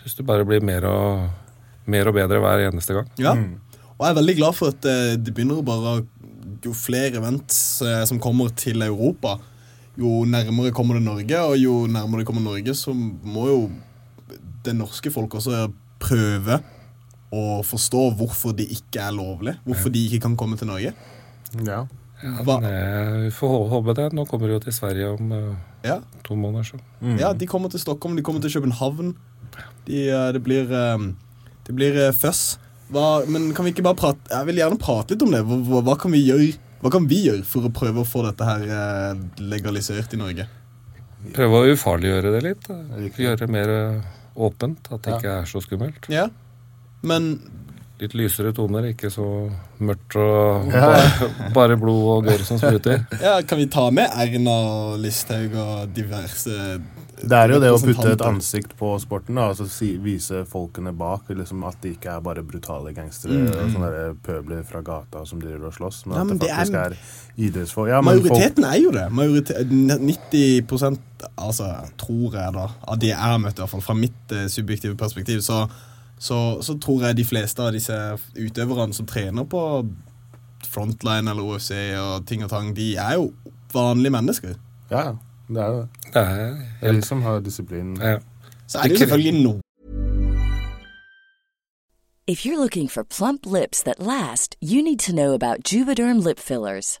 Speaker 4: Syns det bare blir mer og, mer og bedre hver eneste gang.
Speaker 2: Ja. Og jeg er veldig glad for at eh, det begynner å bare Jo flere events eh, som kommer til Europa, jo nærmere kommer det Norge, og jo nærmere det kommer Norge, så må jo det norske folk også prøve å forstå hvorfor de ikke er lovlig. Hvorfor de ikke kan komme til Norge.
Speaker 3: Ja.
Speaker 2: Hva,
Speaker 4: Eh, Vi får hå- håpe det. Nå kommer det jo til Sverige om eh,
Speaker 2: ja,
Speaker 4: to måneder. Så.
Speaker 2: ja, de kommer til Stockholm, de kommer til København. De, eh, det blir eh, Det blir eh, føss. Hva, men kan vi ikke bare prate Jeg vil gjerne prate litt om det. Hva, hva, hva kan vi gjøre Hva kan vi gjøre for å prøve å få dette her eh, legalisert i Norge?
Speaker 4: Prøve å ufarliggjøre det litt. da.
Speaker 3: Riktig.
Speaker 4: Gjøre det mer eh, åpent, at det
Speaker 3: Ja.
Speaker 4: ikke er så skummelt.
Speaker 2: Ja, men
Speaker 4: Litt lysere toner, ikke så mørkt og
Speaker 3: Ja.
Speaker 4: bare, bare blod og gørr som spruter.
Speaker 2: ja, kan vi ta med Erna Listhaug og diverse
Speaker 3: Det er jo det å putte et
Speaker 2: representanter?
Speaker 3: ansikt på sporten da, altså si, vise folkene bak liksom at de ikke er bare brutale gangstere og sånne der eh, pøbler fra gata som driver og slåss, Mm, men
Speaker 2: Ja, men
Speaker 3: at det
Speaker 2: det er-
Speaker 3: faktisk er, idrettsfolk. Ja, men folk,
Speaker 2: Majoriteten er jo det. Majorite- 90 altså, tror jeg da, av de jeg har møtt, i hvert fall fra mitt eh, subjektive perspektiv, så, så, så tror jeg de fleste av disse utøverne som trener på frontline eller OFC og ting og tang, de er jo vanlige mennesker.
Speaker 3: ja, ja, det er jo det.
Speaker 4: Det
Speaker 3: Det
Speaker 4: er
Speaker 3: er
Speaker 4: helt
Speaker 3: de som har disiplin.
Speaker 4: ja.
Speaker 2: Så er det jo selvfølgelig noen
Speaker 1: If you're looking for plump lips that last, you need to know about Juvederm lip fillers.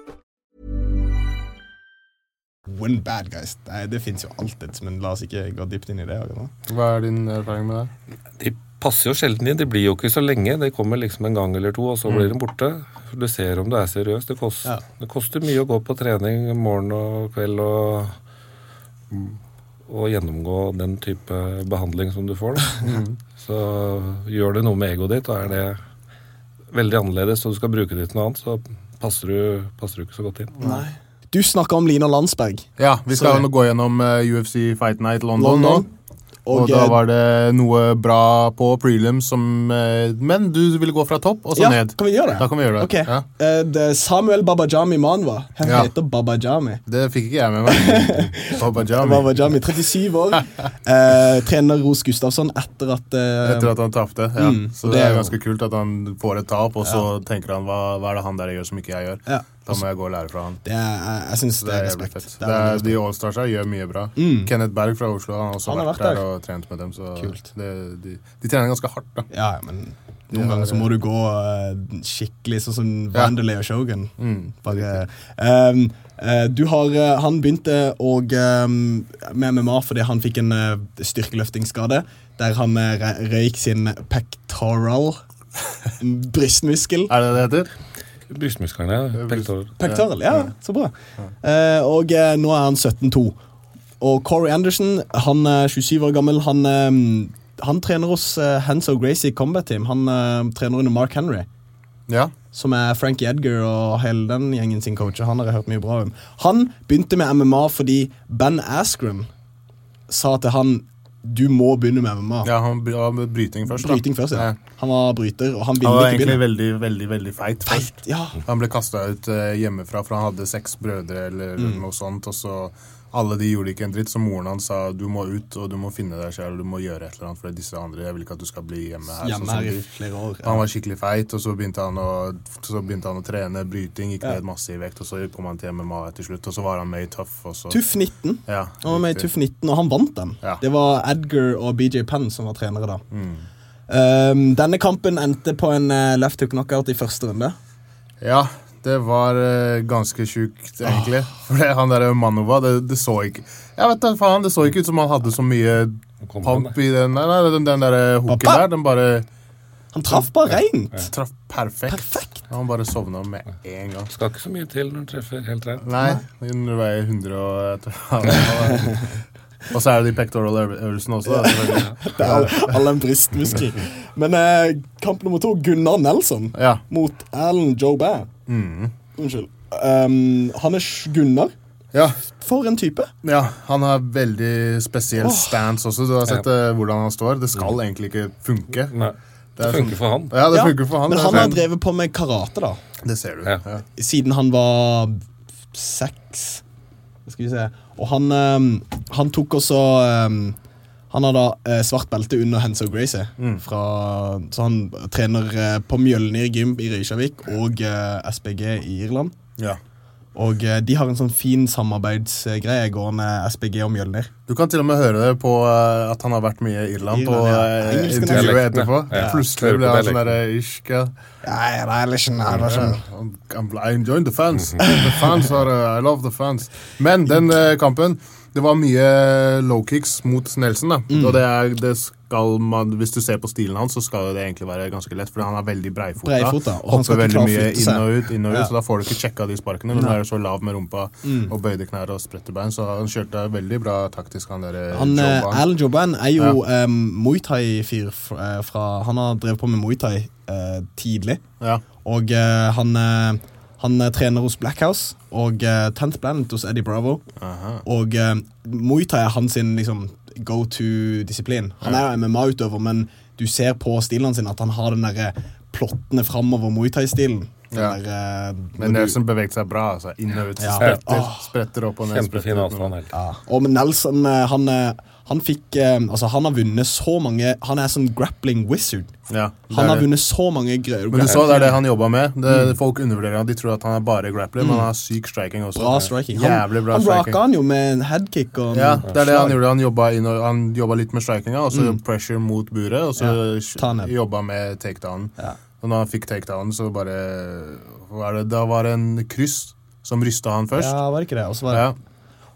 Speaker 2: One bad guys. Nei, det fins jo alltid, men la oss ikke gå dypt inn i det. Agnes.
Speaker 3: Hva er din erfaring med det?
Speaker 4: De passer jo sjelden inn. De blir jo ikke så lenge. De kommer liksom en gang eller to, og
Speaker 3: Mm.
Speaker 4: så blir de borte. Du ser om det er seriøst. Det, kost,
Speaker 2: Ja.
Speaker 4: det koster mye å gå på trening morgen og kveld og, og gjennomgå den type behandling som du får. Da.
Speaker 3: Mm.
Speaker 4: Så gjør det noe med egoet ditt, og er det veldig annerledes, og du skal bruke det til noe annet, så passer du, passer du ikke så godt inn.
Speaker 2: Du snakka om Lina Landsberg.
Speaker 3: Ja, vi skal
Speaker 2: Sorry.
Speaker 3: nå gå gjennom eh, UFC Fight Night London,
Speaker 2: London.
Speaker 3: nå. Og,
Speaker 2: Og,
Speaker 3: da
Speaker 2: eh,
Speaker 3: var det noe bra på prelims som eh, Men du ville gå fra topp og så
Speaker 2: ja,
Speaker 3: ned.
Speaker 2: Kan vi gjøre det?
Speaker 3: Da kan vi gjøre det.
Speaker 2: Ok.
Speaker 3: Ja.
Speaker 2: Eh, det er Samuel Babajami Manwa. Han
Speaker 3: Ja.
Speaker 2: heter Babajami.
Speaker 3: Det fikk ikke jeg med meg. Baba Jami.
Speaker 2: Babajami, 37 år. Eh, trener Ros Gustafsson etter at eh,
Speaker 3: Etter at han tapte. Ja.
Speaker 2: Mm,
Speaker 3: så
Speaker 2: og
Speaker 3: det
Speaker 2: det er
Speaker 3: er
Speaker 2: jo-
Speaker 3: ganske kult at han får et tap, og så tenker han hva, hva er det han der gjør som ikke jeg gjør?
Speaker 2: Ja.
Speaker 3: Da må jeg gå og lære fra han.
Speaker 2: det er, Jeg, jeg syns
Speaker 3: Det er jævlig
Speaker 2: respekt.
Speaker 3: fett.
Speaker 2: Det er
Speaker 3: Det er,
Speaker 2: veldig
Speaker 3: de Allstarsa gjør mye bra. Kenneth Berg fra Oslo han har også
Speaker 2: Han har
Speaker 3: vært,
Speaker 2: vært
Speaker 3: der
Speaker 2: der.
Speaker 3: og trent med dem. Så
Speaker 2: Kult.
Speaker 3: det, de, de trener ganske hardt, da.
Speaker 2: respekt. Ja, ja, men
Speaker 3: Ja,
Speaker 2: noen ganger så
Speaker 3: det-
Speaker 2: må du gå eh, skikkelig sånn som
Speaker 3: Ja. Mm,
Speaker 2: Vanderlei og Shogun. Bare, ehm, eh, du har, eh, han begynte å, ehm, med MMA fordi han fikk en eh, styrkeløftingsskade der han eh, re- røyk sin pectoral brystmuskel.
Speaker 3: Er det det heter?
Speaker 4: Brystmusklene, pektor
Speaker 2: Pectoral, ja, så bra. Eh, og eh, nå er han 17-2. Og Corey Anderson, han er 27 år gammel, han, eh, han trener hos eh, Hanso Gracie Combat Team. Han eh, trener under Mark Henry,
Speaker 3: Ja.
Speaker 2: som er Frankie Edgar og hele den gjengen sin coach. og Han har jeg hørt mye bra om. Han begynte med MMA fordi Ben Askren sa til han du må begynne med MMA.
Speaker 3: ja han bry- han med bryting først. da.
Speaker 2: Bryting først, ja.
Speaker 3: Ja.
Speaker 2: Han var bryter, og han
Speaker 3: Han
Speaker 2: ville
Speaker 3: var
Speaker 2: ikke
Speaker 3: egentlig
Speaker 2: begynne.
Speaker 3: veldig, veldig veldig feit først.
Speaker 2: Feit, ja.
Speaker 3: Han ble kasta ut eh, hjemmefra, for han hadde seks brødre eller
Speaker 2: Mm.
Speaker 3: noe sånt. Og så alle de gjorde ikke en dritt, så moren hans sa du må ut og du må finne deg selv, du må gjøre et eller annet for disse andre. Jeg vil ikke at du skal bli hjemme her. sånn
Speaker 2: Hjemme
Speaker 3: som
Speaker 2: her i
Speaker 3: de."
Speaker 2: flere år.
Speaker 3: Han var skikkelig feit, og så begynte han å, så begynte han å trene bryting. Gikk ned masse i vekt, og så kom han til MMA til slutt, og så var han med i Tøff. Og så,
Speaker 2: Tuff 19.
Speaker 3: Ja,
Speaker 2: han var med i
Speaker 3: riktig.
Speaker 2: Tuff 19, og han vant den.
Speaker 3: Ja. Mm.
Speaker 2: Det var Edgar og BJ Penn som var trenere da. Ehm, denne kampen endte på en eh, left hook knockout i første runde.
Speaker 3: Ja, det var eh, ganske sjukt, egentlig. For det- han der Manova, det, det så ikke Jeg vet da faen, Det så ikke ut som han hadde så mye
Speaker 4: kom
Speaker 3: pamp
Speaker 4: den,
Speaker 3: i den Nei, nei den, den der hooken
Speaker 2: Pappa!
Speaker 3: der. Den bare
Speaker 2: Han traff bare reint!
Speaker 3: traff perfekt.
Speaker 2: Perfekt.
Speaker 3: Ja, han bare sovna med en gang.
Speaker 4: Skal ikke så mye til når du treffer helt rent.
Speaker 3: Nei, den veier 100 og Og så er det de pectoral øv- øvelsene også. Da, selvfølgelig.
Speaker 2: Det er all den brystmuskelen. Men eh, kamp nummer to, Gunnar Nelson
Speaker 3: Ja.
Speaker 2: mot Alan Jobert.
Speaker 3: Mm.
Speaker 2: Unnskyld. Ehm, han er sj- Gunnar.
Speaker 3: ja.
Speaker 2: For en type.
Speaker 3: Ja, han har veldig spesiell stance også. Du har sett eh, hvordan han står. Det skal egentlig ikke funke.
Speaker 4: Nei. Det,
Speaker 3: er
Speaker 4: funker
Speaker 3: sånn-
Speaker 4: for han.
Speaker 3: Ja, det
Speaker 2: Ja,
Speaker 3: funker for han.
Speaker 2: Men
Speaker 3: det er
Speaker 2: han har
Speaker 3: sant.
Speaker 2: drevet på med karate, da.
Speaker 3: Det ser du.
Speaker 4: Ja.
Speaker 3: Ja.
Speaker 2: siden han var seks Hva Skal vi se Og han, ehm, han tok også ehm, Han har da eh, svart belte under Hands of Gracie.
Speaker 3: Mm.
Speaker 2: Fra, så han trener eh, på Mjølner gym i Reykjavik og eh, SPG i Irland.
Speaker 3: Ja.
Speaker 2: Og eh, de har en sånn fin samarbeidsgreie gående SPG og Mjølner.
Speaker 3: Du kan til og med høre det på eh, at han har vært mye i Irland, på
Speaker 2: Irland, ja.
Speaker 3: eh,
Speaker 2: Engelsk,
Speaker 3: intervjuet
Speaker 4: dialekten,
Speaker 3: etterpå.
Speaker 4: ja. Ja.
Speaker 3: Plutselig ble
Speaker 4: Hører
Speaker 3: han
Speaker 4: på
Speaker 3: sånn
Speaker 4: dialekten.
Speaker 3: derre irsk ja.
Speaker 2: Ja, det er litt sånn, det er sånn.
Speaker 3: I'm, I'm- I enjoy the
Speaker 2: Mhm.
Speaker 3: fans. The fans are, uh, I love the fans. Men den
Speaker 2: Mm.
Speaker 3: eh, kampen Det var mye eh, low kicks mot Nelson. da
Speaker 2: Mm.
Speaker 3: Og det er, det skal man, Hvis du ser på stilen hans, så skal det egentlig være ganske lett. For han er veldig breifota.
Speaker 2: Breifota, og han skal
Speaker 3: hopper
Speaker 2: ikke
Speaker 3: veldig
Speaker 2: klare å
Speaker 3: mye
Speaker 2: flytte
Speaker 3: inn
Speaker 2: seg.
Speaker 3: og ut, inn og ut
Speaker 2: Ja. Mm.
Speaker 3: så da får du ikke sjekka de sparkene. Men er jo så lav med rumpa og bøyde knær og spretter bein, så han kjørte veldig bra taktisk, han der eh,
Speaker 2: Han,
Speaker 3: Joe
Speaker 2: eh,
Speaker 3: Barnes.
Speaker 2: Al Joban er jo ja. Muay Thai-fyr f- eh, fra Han har drevet på med Muay Thai eh, tidlig.
Speaker 3: Ja.
Speaker 2: Og eh, han, eh, han eh, trener hos Blackhouse og eh, 10th Planet hos Eddie Bravo. Og eh, Muay Thai er hans sin, liksom, go to-disiplin. Han er jo MMA-utøver, men du ser på stilen sin at han har den derre plottende framover Muay Thai-stilen. Den
Speaker 3: Ja.
Speaker 2: der, eh, når
Speaker 3: Men
Speaker 2: du-
Speaker 3: Nelson beveget seg bra. Altså. Inn og ut.
Speaker 2: Ja.
Speaker 3: Spretter,
Speaker 2: Åh.
Speaker 3: spretter opp og ned.
Speaker 4: Kjempefin
Speaker 3: spretter opp og ned.
Speaker 4: avstand. helt.
Speaker 2: Ja. Og men Nelson eh, han, eh, han fikk eh, Altså, han har vunnet så mange Han er sånn grappling wizard.
Speaker 3: Ja, det er
Speaker 2: Han har
Speaker 3: det.
Speaker 2: vunnet så mange greier.
Speaker 3: Men du så det er det han jobba med. Det,
Speaker 2: Mm.
Speaker 3: Folk undervurderer han. De tror at han er bare grappler, men han har syk striking også.
Speaker 2: Bra striking.
Speaker 3: Jævlig
Speaker 2: Han,
Speaker 3: bra
Speaker 2: han
Speaker 3: striking.
Speaker 2: rocka han Mm. jo med en headkick og en
Speaker 3: Ja, det er det han
Speaker 2: slag.
Speaker 3: gjorde. Han jobba, inn, og- han jobba litt med strikinga, og så pressure mot buret, og så
Speaker 2: Mm. ta ned.
Speaker 3: sh- jobba med takedownen. Og når han fikk takedownen, så bare hva er det, Da var det en kryss som rysta han først.
Speaker 2: Ja, var det ikke det? Og så var det
Speaker 3: Ja.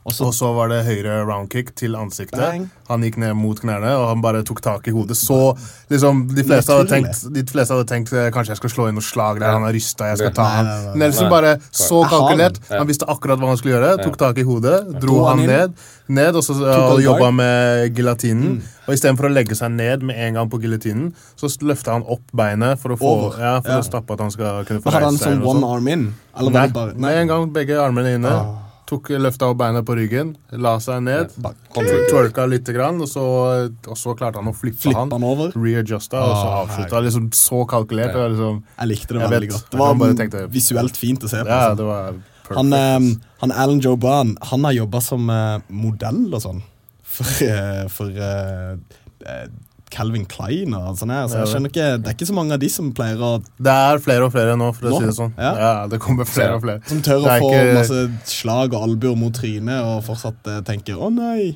Speaker 2: og så-
Speaker 3: Og så var det høyre roundkick til ansiktet.
Speaker 2: Bang.
Speaker 3: Han gikk ned mot knærne, og han bare tok tak i hodet. Så liksom, De fleste hadde
Speaker 2: Naturlig.
Speaker 3: tenkt, de fleste hadde tenkt eh, kanskje jeg skal slå inn noe slag der han har rysta. jeg skal ta
Speaker 2: Nei,
Speaker 3: han.
Speaker 2: nei, nei, nei.
Speaker 3: Nelson bare så
Speaker 2: Jeg har
Speaker 3: kalkulert.
Speaker 4: han.
Speaker 3: Han visste akkurat hva han skulle gjøre. Tok tak i hodet, dro
Speaker 2: Dro han inn.
Speaker 3: han ned, ned og så
Speaker 2: han
Speaker 3: og jobba
Speaker 2: guard.
Speaker 3: med
Speaker 2: Mm.
Speaker 3: giljotinen. Og istedenfor å legge seg ned med en gang på giljotinen, så løfta han opp beinet for å få,
Speaker 2: Over.
Speaker 3: ja, for
Speaker 2: Ja.
Speaker 3: å stappe at han skal kunne få
Speaker 2: Men Hadde han
Speaker 3: reist seg.
Speaker 2: sånn
Speaker 3: eller noe
Speaker 2: one
Speaker 3: sånt.
Speaker 2: arm in? Eller var
Speaker 3: Nei,
Speaker 2: det bare Ah.
Speaker 3: med en gang begge armene inne. Tok Løfta opp beina på ryggen, la seg ned,
Speaker 2: Bak.
Speaker 3: twerka litt, grann, og, så, og så klarte han å flippe,
Speaker 2: Flippe
Speaker 3: han.
Speaker 2: han over.
Speaker 3: Readjusta, og så
Speaker 2: Ah,
Speaker 3: avslutta. Liksom så kalkulert. Og liksom,
Speaker 2: Jeg likte det
Speaker 3: Jeg
Speaker 2: veldig
Speaker 3: vet.
Speaker 2: godt. Det
Speaker 3: Jeg
Speaker 2: var
Speaker 3: kan bare tenkte-
Speaker 2: visuelt fint å se på.
Speaker 3: ja,
Speaker 2: altså.
Speaker 3: det var perfect.
Speaker 2: han, eh, han Alan Joe Brand, han har jobba som eh, modell og sånn for, eh, for eh, eh, Calvin Klein og sånn her. Så jeg skjønner ikke, det er ikke så mange av de som pleier å
Speaker 3: det er flere og flere nå, for å
Speaker 2: Nå?
Speaker 3: si det sånn.
Speaker 2: Ja.
Speaker 3: Ja. det kommer flere og flere.
Speaker 2: som tør
Speaker 3: Det
Speaker 2: å
Speaker 3: er
Speaker 2: få
Speaker 3: ikke-
Speaker 2: masse slag og albuer mot trynet og fortsatt eh, tenker 'å nei'.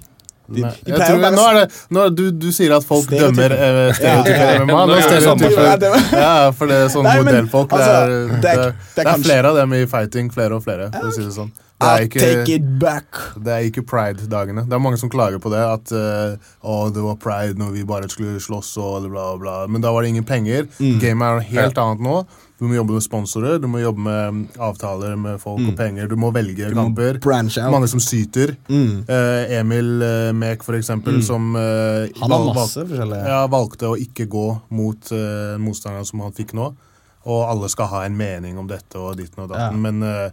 Speaker 2: De,
Speaker 3: Nei,
Speaker 2: de
Speaker 3: jeg
Speaker 2: pleier
Speaker 3: tror,
Speaker 2: å sånn, bare
Speaker 3: nå er det, nå, er- du, du sier at folk
Speaker 2: Stereotyper.
Speaker 3: dømmer eh,
Speaker 2: Ja, ja.
Speaker 3: stereotyper. MMA,
Speaker 4: Nå
Speaker 3: Nå
Speaker 4: er det samme.
Speaker 3: stereotyper.
Speaker 2: Ja, det var-
Speaker 3: Ja, for det er sånn
Speaker 2: Nei, men,
Speaker 3: modellfolk. Det
Speaker 2: altså,
Speaker 3: er,
Speaker 2: det er-
Speaker 3: det, er,
Speaker 2: det er
Speaker 3: det er
Speaker 2: kanskje-
Speaker 3: flere av dem i fighting. Flere og flere, for å si det sånn. Det er
Speaker 2: I'll take
Speaker 3: ikke,
Speaker 2: it back.
Speaker 3: det er ikke pride-dagene. Det er mange som klager på det. At eh, å, det var pride når vi bare skulle slåss og bla, bla. Men da var det ingen penger.
Speaker 2: Mm.
Speaker 3: Gamet er noe helt annet nå. Du må jobbe med sponsorer, du må jobbe med mm, avtaler med folk
Speaker 2: Mm.
Speaker 3: og penger. Du må velge kamper.
Speaker 2: branch out.
Speaker 3: Mange som syter.
Speaker 2: Mm.
Speaker 3: Eh, Emil uh, Mek, for eksempel, som eh,
Speaker 2: Han har
Speaker 3: valg-
Speaker 2: masse forskjellige-
Speaker 3: Ja, valgte å ikke gå mot eh, motstanderen som han fikk nå. Og alle skal ha en mening om dette og ditten og datten, men eh,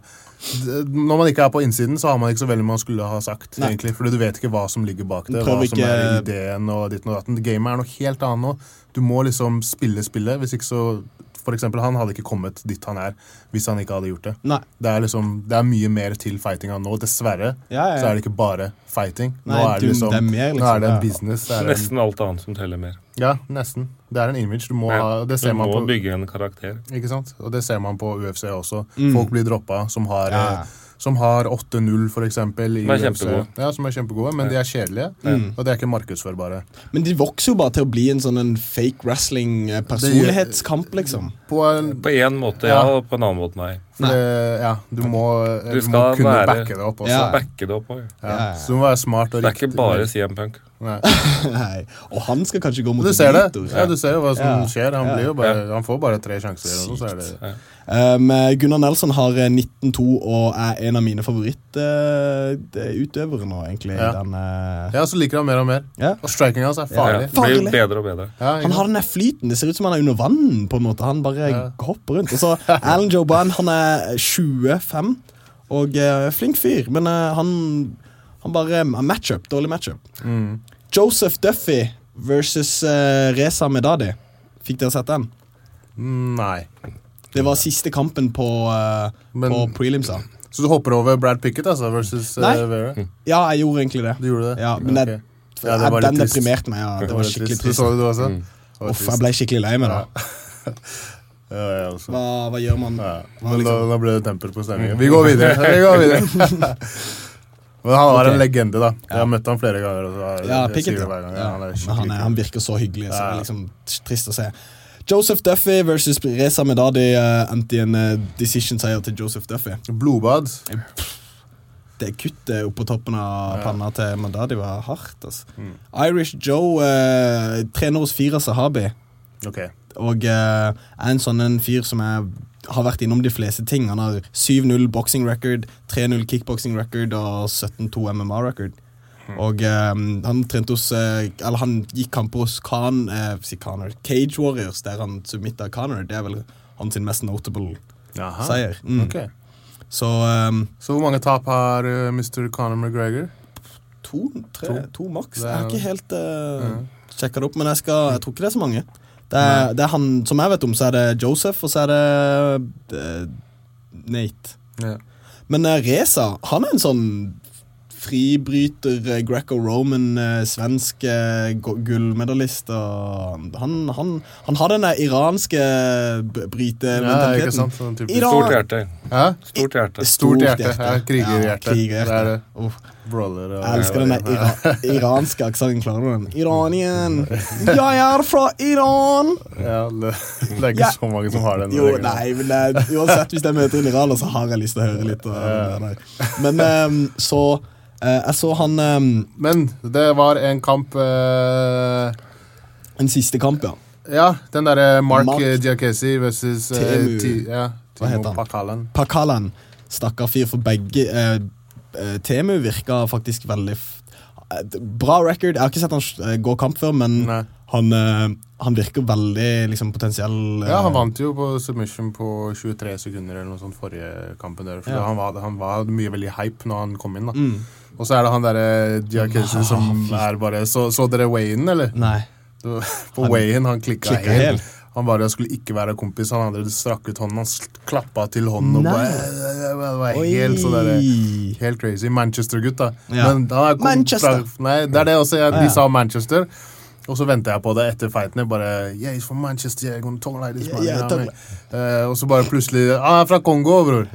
Speaker 3: d- når man ikke er på innsiden, så har man ikke så veldig man skulle ha sagt.
Speaker 2: Nei.
Speaker 3: egentlig, Fordi du vet ikke hva som ligger bak det.
Speaker 2: Prøv
Speaker 3: hva som er
Speaker 2: ikke-
Speaker 3: ideen og ditten og datten. Gamet er noe helt annet nå. Du må liksom spille spillet. Hvis ikke så for eksempel, Han hadde ikke kommet dit han er hvis han ikke hadde gjort det.
Speaker 2: Nei.
Speaker 3: Det er liksom, det er mye mer til fightinga nå. Dessverre
Speaker 2: Ja, ja, ja.
Speaker 3: så er det ikke bare fighting.
Speaker 2: Nei,
Speaker 3: nå, er
Speaker 2: du-
Speaker 3: det liksom,
Speaker 2: det er mer, liksom,
Speaker 3: nå er det
Speaker 2: ja.
Speaker 3: en business. Det er en,
Speaker 4: Nesten alt annet som teller mer.
Speaker 3: ja, nesten. Det er en image. Du må
Speaker 4: Ja.
Speaker 3: ha, det
Speaker 4: Du
Speaker 3: ser man
Speaker 4: må
Speaker 3: på
Speaker 4: bygge en karakter.
Speaker 3: ikke sant? Og det ser man på UFC også. Folk blir droppa som har
Speaker 2: Mm. Ja.
Speaker 3: eh, som har 8-0, for eksempel. i
Speaker 4: Som er
Speaker 3: UFC.
Speaker 4: kjempegode.
Speaker 3: Ja, som er kjempegode, men de er kjedelige,
Speaker 2: Mm.
Speaker 3: og de er ikke markedsførbare.
Speaker 2: Men de vokser jo bare til å bli en sånn en fake wrestling-personlighetskamp, liksom.
Speaker 3: På en,
Speaker 4: På én måte ja, og på en annen måte nei.
Speaker 3: for det, ja, du må, eh, du må
Speaker 4: skal
Speaker 3: kunne
Speaker 4: være-
Speaker 3: backe det opp også.
Speaker 2: Ja.
Speaker 4: Backe det opp òg.
Speaker 3: Ja. Så du må være smart og
Speaker 4: Det er
Speaker 3: riktig.
Speaker 4: ikke bare CM Punk.
Speaker 3: Nei.
Speaker 2: Nei. Og han skal kanskje gå mot
Speaker 3: Du ser det.
Speaker 2: Vitor.
Speaker 3: Ja, du ser jo hva som
Speaker 2: Ja.
Speaker 3: skjer. Han, blir jo bare, han får bare tre sjanser. Og så er det
Speaker 2: Um, Gunnar Nelson har eh, 19-2 og er en av mine favorittutøvere nå, egentlig.
Speaker 3: Ja.
Speaker 2: Den, eh,
Speaker 3: Ja, så liker han mer og mer.
Speaker 2: Ja.
Speaker 3: Og strikinga hans er farlig.
Speaker 4: Ja, blir
Speaker 2: Farlig.
Speaker 4: bedre og bedre.
Speaker 3: Ja,
Speaker 2: Han har den der flyten. Det ser ut som han er under vann. på en måte Han bare hopper rundt. Og så Alan Joban, han er 25 og eh, flink fyr, men eh, han, han bare er matchup. Dårlig matchup.
Speaker 3: Mm.
Speaker 2: Joseph Duffy versus eh, Reza Medadi. Fikk dere sett den?
Speaker 3: Mm, Nei.
Speaker 2: Det var siste kampen på, eh,
Speaker 3: Men-
Speaker 2: på prelimsa.
Speaker 3: Så du hopper over Brad Pickett altså, versus eh,
Speaker 2: Nei.
Speaker 3: Vera?
Speaker 2: Ja, jeg gjorde egentlig det.
Speaker 3: Du gjorde det?
Speaker 2: Ja, men
Speaker 3: Ok.
Speaker 2: jeg,
Speaker 3: Ja, det var litt
Speaker 2: den
Speaker 3: trist.
Speaker 2: deprimerte meg. Ja. Det var
Speaker 3: litt
Speaker 2: skikkelig
Speaker 3: Du
Speaker 2: trist.
Speaker 3: så det, du også? Det var
Speaker 2: Uff,
Speaker 3: trist.
Speaker 2: jeg ble skikkelig lei meg da.
Speaker 3: Ja, jeg også.
Speaker 2: Hva, hva gjør man?
Speaker 3: Ja.
Speaker 2: Hva
Speaker 3: Men da,
Speaker 2: liksom?
Speaker 3: da ble det temper på stemningen. Vi går videre. Vi går videre. Men han var en legende, da. Jeg har møtt han flere ganger. Og så har jeg-
Speaker 2: Ja,
Speaker 3: jeg
Speaker 2: Pickett. Ja.
Speaker 3: sier det hver gang. Ja, han er
Speaker 2: Men han,
Speaker 3: skikkelig
Speaker 2: er,
Speaker 3: kul.
Speaker 2: han virker så hyggelig, så det er
Speaker 3: Ja.
Speaker 2: liksom trist å se. Joseph Duffy versus Reza Medadi eh, endte i en eh, decision-seier til Joseph Duffy.
Speaker 3: Blodbad.
Speaker 2: Det kuttet oppå toppen av panna til Medadi var hardt. Altså.
Speaker 3: Mm.
Speaker 2: Irish Joe eh, trener hos Fira Sahabi.
Speaker 3: Ok.
Speaker 2: Og eh, er en sånn en fyr som er, har vært innom de fleste ting. Han har 7-0 boxing record, 3-0 kickboxing record og 17-2 MMA record. Og eh, han trente hos eh, Eller han gikk kamper hos Khan, eh, si Conor, Cage Warriors, der han submitta Conor. Det er vel hans mest notable
Speaker 3: Jaha.
Speaker 2: seier. Mm.
Speaker 3: Ah, Ok.
Speaker 2: Så eh,
Speaker 3: Så hvor mange tap har eh, Mr. Conor McGregor?
Speaker 2: to, tre, to. maks. Jeg har
Speaker 3: Det er-
Speaker 2: ikke helt uh, sjekka det opp, men jeg, skal, jeg tror ikke det er så mange. Det er, det er han, Som jeg vet om, så er det Joseph, og så er det eh, Nate.
Speaker 3: Ja.
Speaker 2: Men eh, Reza, han er en sånn fribryter, eh, greco-roman, eh, svensk eh, gu- gullmedalist. Og han, han, han har den der iranske eh, b-
Speaker 3: Ja, ikke
Speaker 2: brytementaliteten.
Speaker 3: sant? Sånn typisk-
Speaker 2: I dag-
Speaker 4: Stort hjerte.
Speaker 3: Hæ?
Speaker 4: Stort hjerte.
Speaker 3: Stort hjerte. Ja, krigerhjerte.
Speaker 2: Ja, krigerhjerte.
Speaker 3: Det er det.
Speaker 2: Uff.
Speaker 3: Brawler og
Speaker 2: Jeg elsker den der ira iranske aksenten. Klarer du den? Iranien. Jeg er fra Iran!
Speaker 3: Ja, det, det er ikke
Speaker 2: Ja.
Speaker 3: så mange som har den.
Speaker 2: Jo,
Speaker 3: lenger.
Speaker 2: nei, men det, er- uansett hvis jeg møter en iraner, så har jeg lyst til å høre litt. av det der. Men ehm, så eh, Jeg så han ehm,
Speaker 3: Men det var en kamp eh,
Speaker 2: en siste kamp, ja.
Speaker 3: Ja, den derre Mark,
Speaker 2: Mark.
Speaker 3: Mark Giacchesi versus eh,
Speaker 2: Temu.
Speaker 3: Ti- ja,
Speaker 2: Hva heter
Speaker 3: Timo
Speaker 2: han?
Speaker 3: Pakalan.
Speaker 2: Pakalan. Stakkar fyr for begge. eh, eh, Temu virka faktisk veldig f eh, Bra record. Jeg har ikke sett han eh, gå kamp før, men
Speaker 3: Nei.
Speaker 2: han, eh, han virker veldig liksom, potensiell. eh,
Speaker 3: Ja, han vant jo på submission på 23 sekunder eller noe sånt forrige kampen. der for
Speaker 2: Ja. Mm.
Speaker 3: han, var, han var mye veldig hype når han kom inn. da Og så er det han derre Giacchesi som er bare Så, så dere Wayne, eller?
Speaker 2: Nei.
Speaker 3: Det var- På Wayne, han klikka
Speaker 2: Klikka
Speaker 3: helt.
Speaker 2: helt.
Speaker 3: Han bare skulle ikke være kompis. Han hadde strakk ut hånden, han s- klappa til hånden og
Speaker 2: Nei.
Speaker 3: bare Det var
Speaker 2: Oi.
Speaker 3: helt sånn derre Helt crazy. Manchester-gutt, da.
Speaker 2: Ja.
Speaker 3: Men han er kom-
Speaker 2: Manchester.
Speaker 3: fra- Nei, det er det også. Jeg,
Speaker 2: ja.
Speaker 3: de sa Manchester. Og så venta jeg på det etter fighten. Jeg bare Yeah, he's from Manchester. Yeah, gonna talk like this,
Speaker 2: Yeah,
Speaker 3: man.
Speaker 2: yeah,
Speaker 3: You know
Speaker 2: talk
Speaker 3: what I mean? Eh, og så bare plutselig ah, Han er fra Kongo, bror!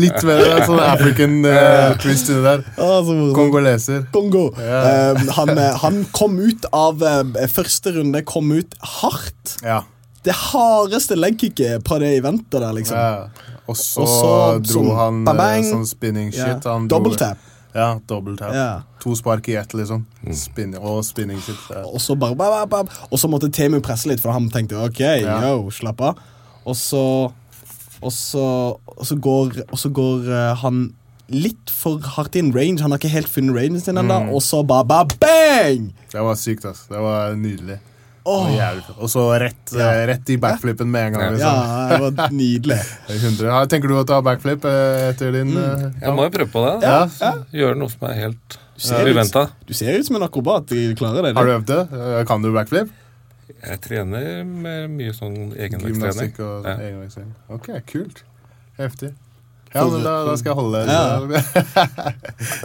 Speaker 3: Litt mer sånn African eh, twist inni der.
Speaker 2: Ah, så morsomt.
Speaker 3: Kongoleser.
Speaker 2: Bongo.
Speaker 3: Ja.
Speaker 2: Eh, han, eh, han kom ut av eh, første runde kom ut hardt.
Speaker 3: Ja.
Speaker 2: Det hardeste legkicket på det eventet der, liksom.
Speaker 3: Ja. Og så,
Speaker 2: Og så
Speaker 3: dro
Speaker 2: sånn
Speaker 3: han
Speaker 2: bang, bang.
Speaker 3: eh, sånn spinning
Speaker 2: Ja.
Speaker 3: shit. Han dro-
Speaker 2: Double tap.
Speaker 3: Ja, double tap.
Speaker 2: Ja.
Speaker 3: To spark i ett, liksom. Spin og spinning shit. Ja.
Speaker 2: Og så bare bap, bap, bap. Og så måtte Temu presse litt, for han tenkte OK, yo, slapp av. Og så Og så, og så går, og så går eh, han litt for hardt inn range. Han har ikke helt funnet rangen sin ennå,
Speaker 3: Mm.
Speaker 2: og så bare ba, bang!
Speaker 3: Det var sykt, ass. Det var nydelig.
Speaker 2: Åh.
Speaker 3: Det var jævlig fett. Og så rett,
Speaker 2: Ja.
Speaker 3: eh, rett i backflipen med en gang.
Speaker 2: Ja,
Speaker 3: Liksom.
Speaker 2: det var nydelig.
Speaker 3: 100. Ja, tenker du å ta backflip eh,
Speaker 2: Mm.
Speaker 3: etter din eh,
Speaker 4: Jeg må jo prøve på det.
Speaker 3: Ja.
Speaker 4: Gjøre noe som er helt
Speaker 2: ser ut-
Speaker 4: uventa.
Speaker 2: Du ser ut som en akrobat. Du klarer det.
Speaker 3: Har du øvd det? Eh, Kan du backflip?
Speaker 4: Jeg trener med mye sånn egenvektstrening.
Speaker 3: Gymnastikk og
Speaker 4: Ja.
Speaker 3: egenveksling. Ok, kult. Heftig. Ja, men da, da skal jeg holde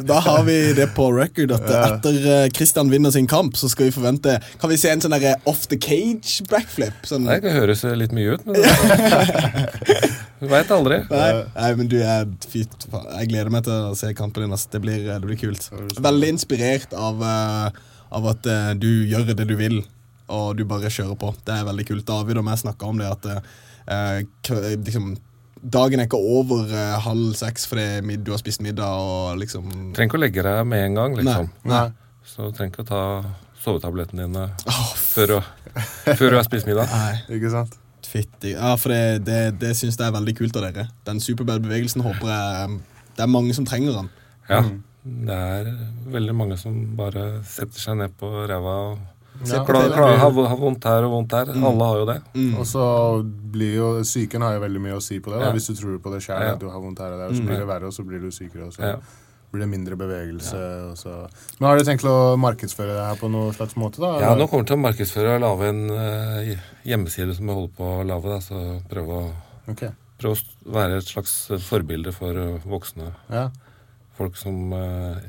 Speaker 2: Da har vi det på record at etter eh, Christian vinner sin kamp, så skal vi forvente Kan vi se en sånn derre off the cage backflip? Sånn,
Speaker 4: Det høres litt mye ut, men det Du veit aldri.
Speaker 2: Nei, nei, men du er fyt. faen. Jeg gleder meg til å se kampen din. ass. Det blir, eh, det blir kult. Veldig inspirert av, eh, av at eh, du gjør det du vil, og du bare kjører på. Det er veldig kult. David og jeg snakka om det at eh, kve- liksom, dagen er ikke over eh, halv seks fordi mid- du har spist middag og liksom
Speaker 4: Trenger ikke å legge deg med en gang, liksom.
Speaker 2: Nei.
Speaker 4: Så du trenger ikke å ta sovetablettene dine før, du, før du har spist middag.
Speaker 3: Ikke sant?
Speaker 2: Fytti Ja, for det, det, det syns jeg er veldig kult av dere. Den superbad-bevegelsen håper jeg um, Det er mange som trenger den.
Speaker 4: Ja. Det er veldig mange som bare setter seg ned på ræva og
Speaker 3: Ja.
Speaker 4: klager, klager, har, har vondt her og vondt her. Alle har jo det.
Speaker 3: Og så blir jo Psyken har jo veldig mye å si på det. Da.
Speaker 4: Mm. Ja.
Speaker 3: Hvis du tror på det sjøl,
Speaker 4: Ja. Mm.
Speaker 3: at du har vondt her og der, og så blir det verre, og så blir du sykere, og så
Speaker 4: Ja.
Speaker 3: blir det mindre bevegelse. Og så. Men har du tenkt å markedsføre det her på noen slags måte, da?
Speaker 4: Ja, nå kommer jeg til å markedsføre og lage en eh, hjemmeside som jeg holder på å lage. da, Så prøve å,
Speaker 3: Ok.
Speaker 4: prøve å s- være et slags forbilde for eh, voksne
Speaker 3: Ja,
Speaker 4: folk som eh,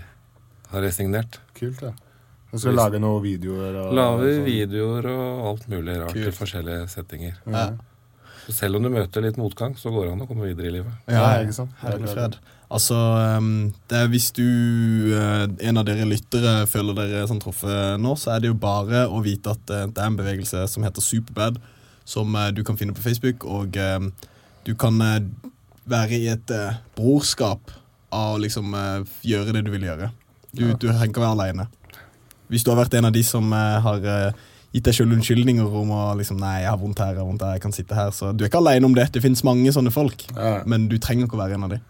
Speaker 4: har resignert.
Speaker 3: kult, da. Du skal lage noen videoer og
Speaker 4: Lager
Speaker 3: sånn.
Speaker 4: videoer og alt mulig rart i forskjellige settinger.
Speaker 2: Ja.
Speaker 4: Så selv om du møter litt motgang, så går det an å komme videre i livet.
Speaker 3: Ja, ikke sant?
Speaker 2: Herlig fred. Altså, um, det er hvis du, uh, en av dere lyttere, føler dere sånn truffet nå, så er det jo bare å vite at uh, det er en bevegelse som heter Superbad, som uh, du kan finne på Facebook, og um, du kan uh, være i et uh, brorskap av å liksom uh, gjøre det du vil gjøre. Du, du trenger ikke å være aleine. Hvis du har vært en av de som eh, har eh, gitt deg selv unnskyldninger om å liksom, Nei, jeg har vondt her, jeg har vondt her, jeg kan sitte her. Så du er ikke alene om det. Det finnes mange sånne folk.
Speaker 3: Ja.
Speaker 2: Men du trenger ikke å være en av de.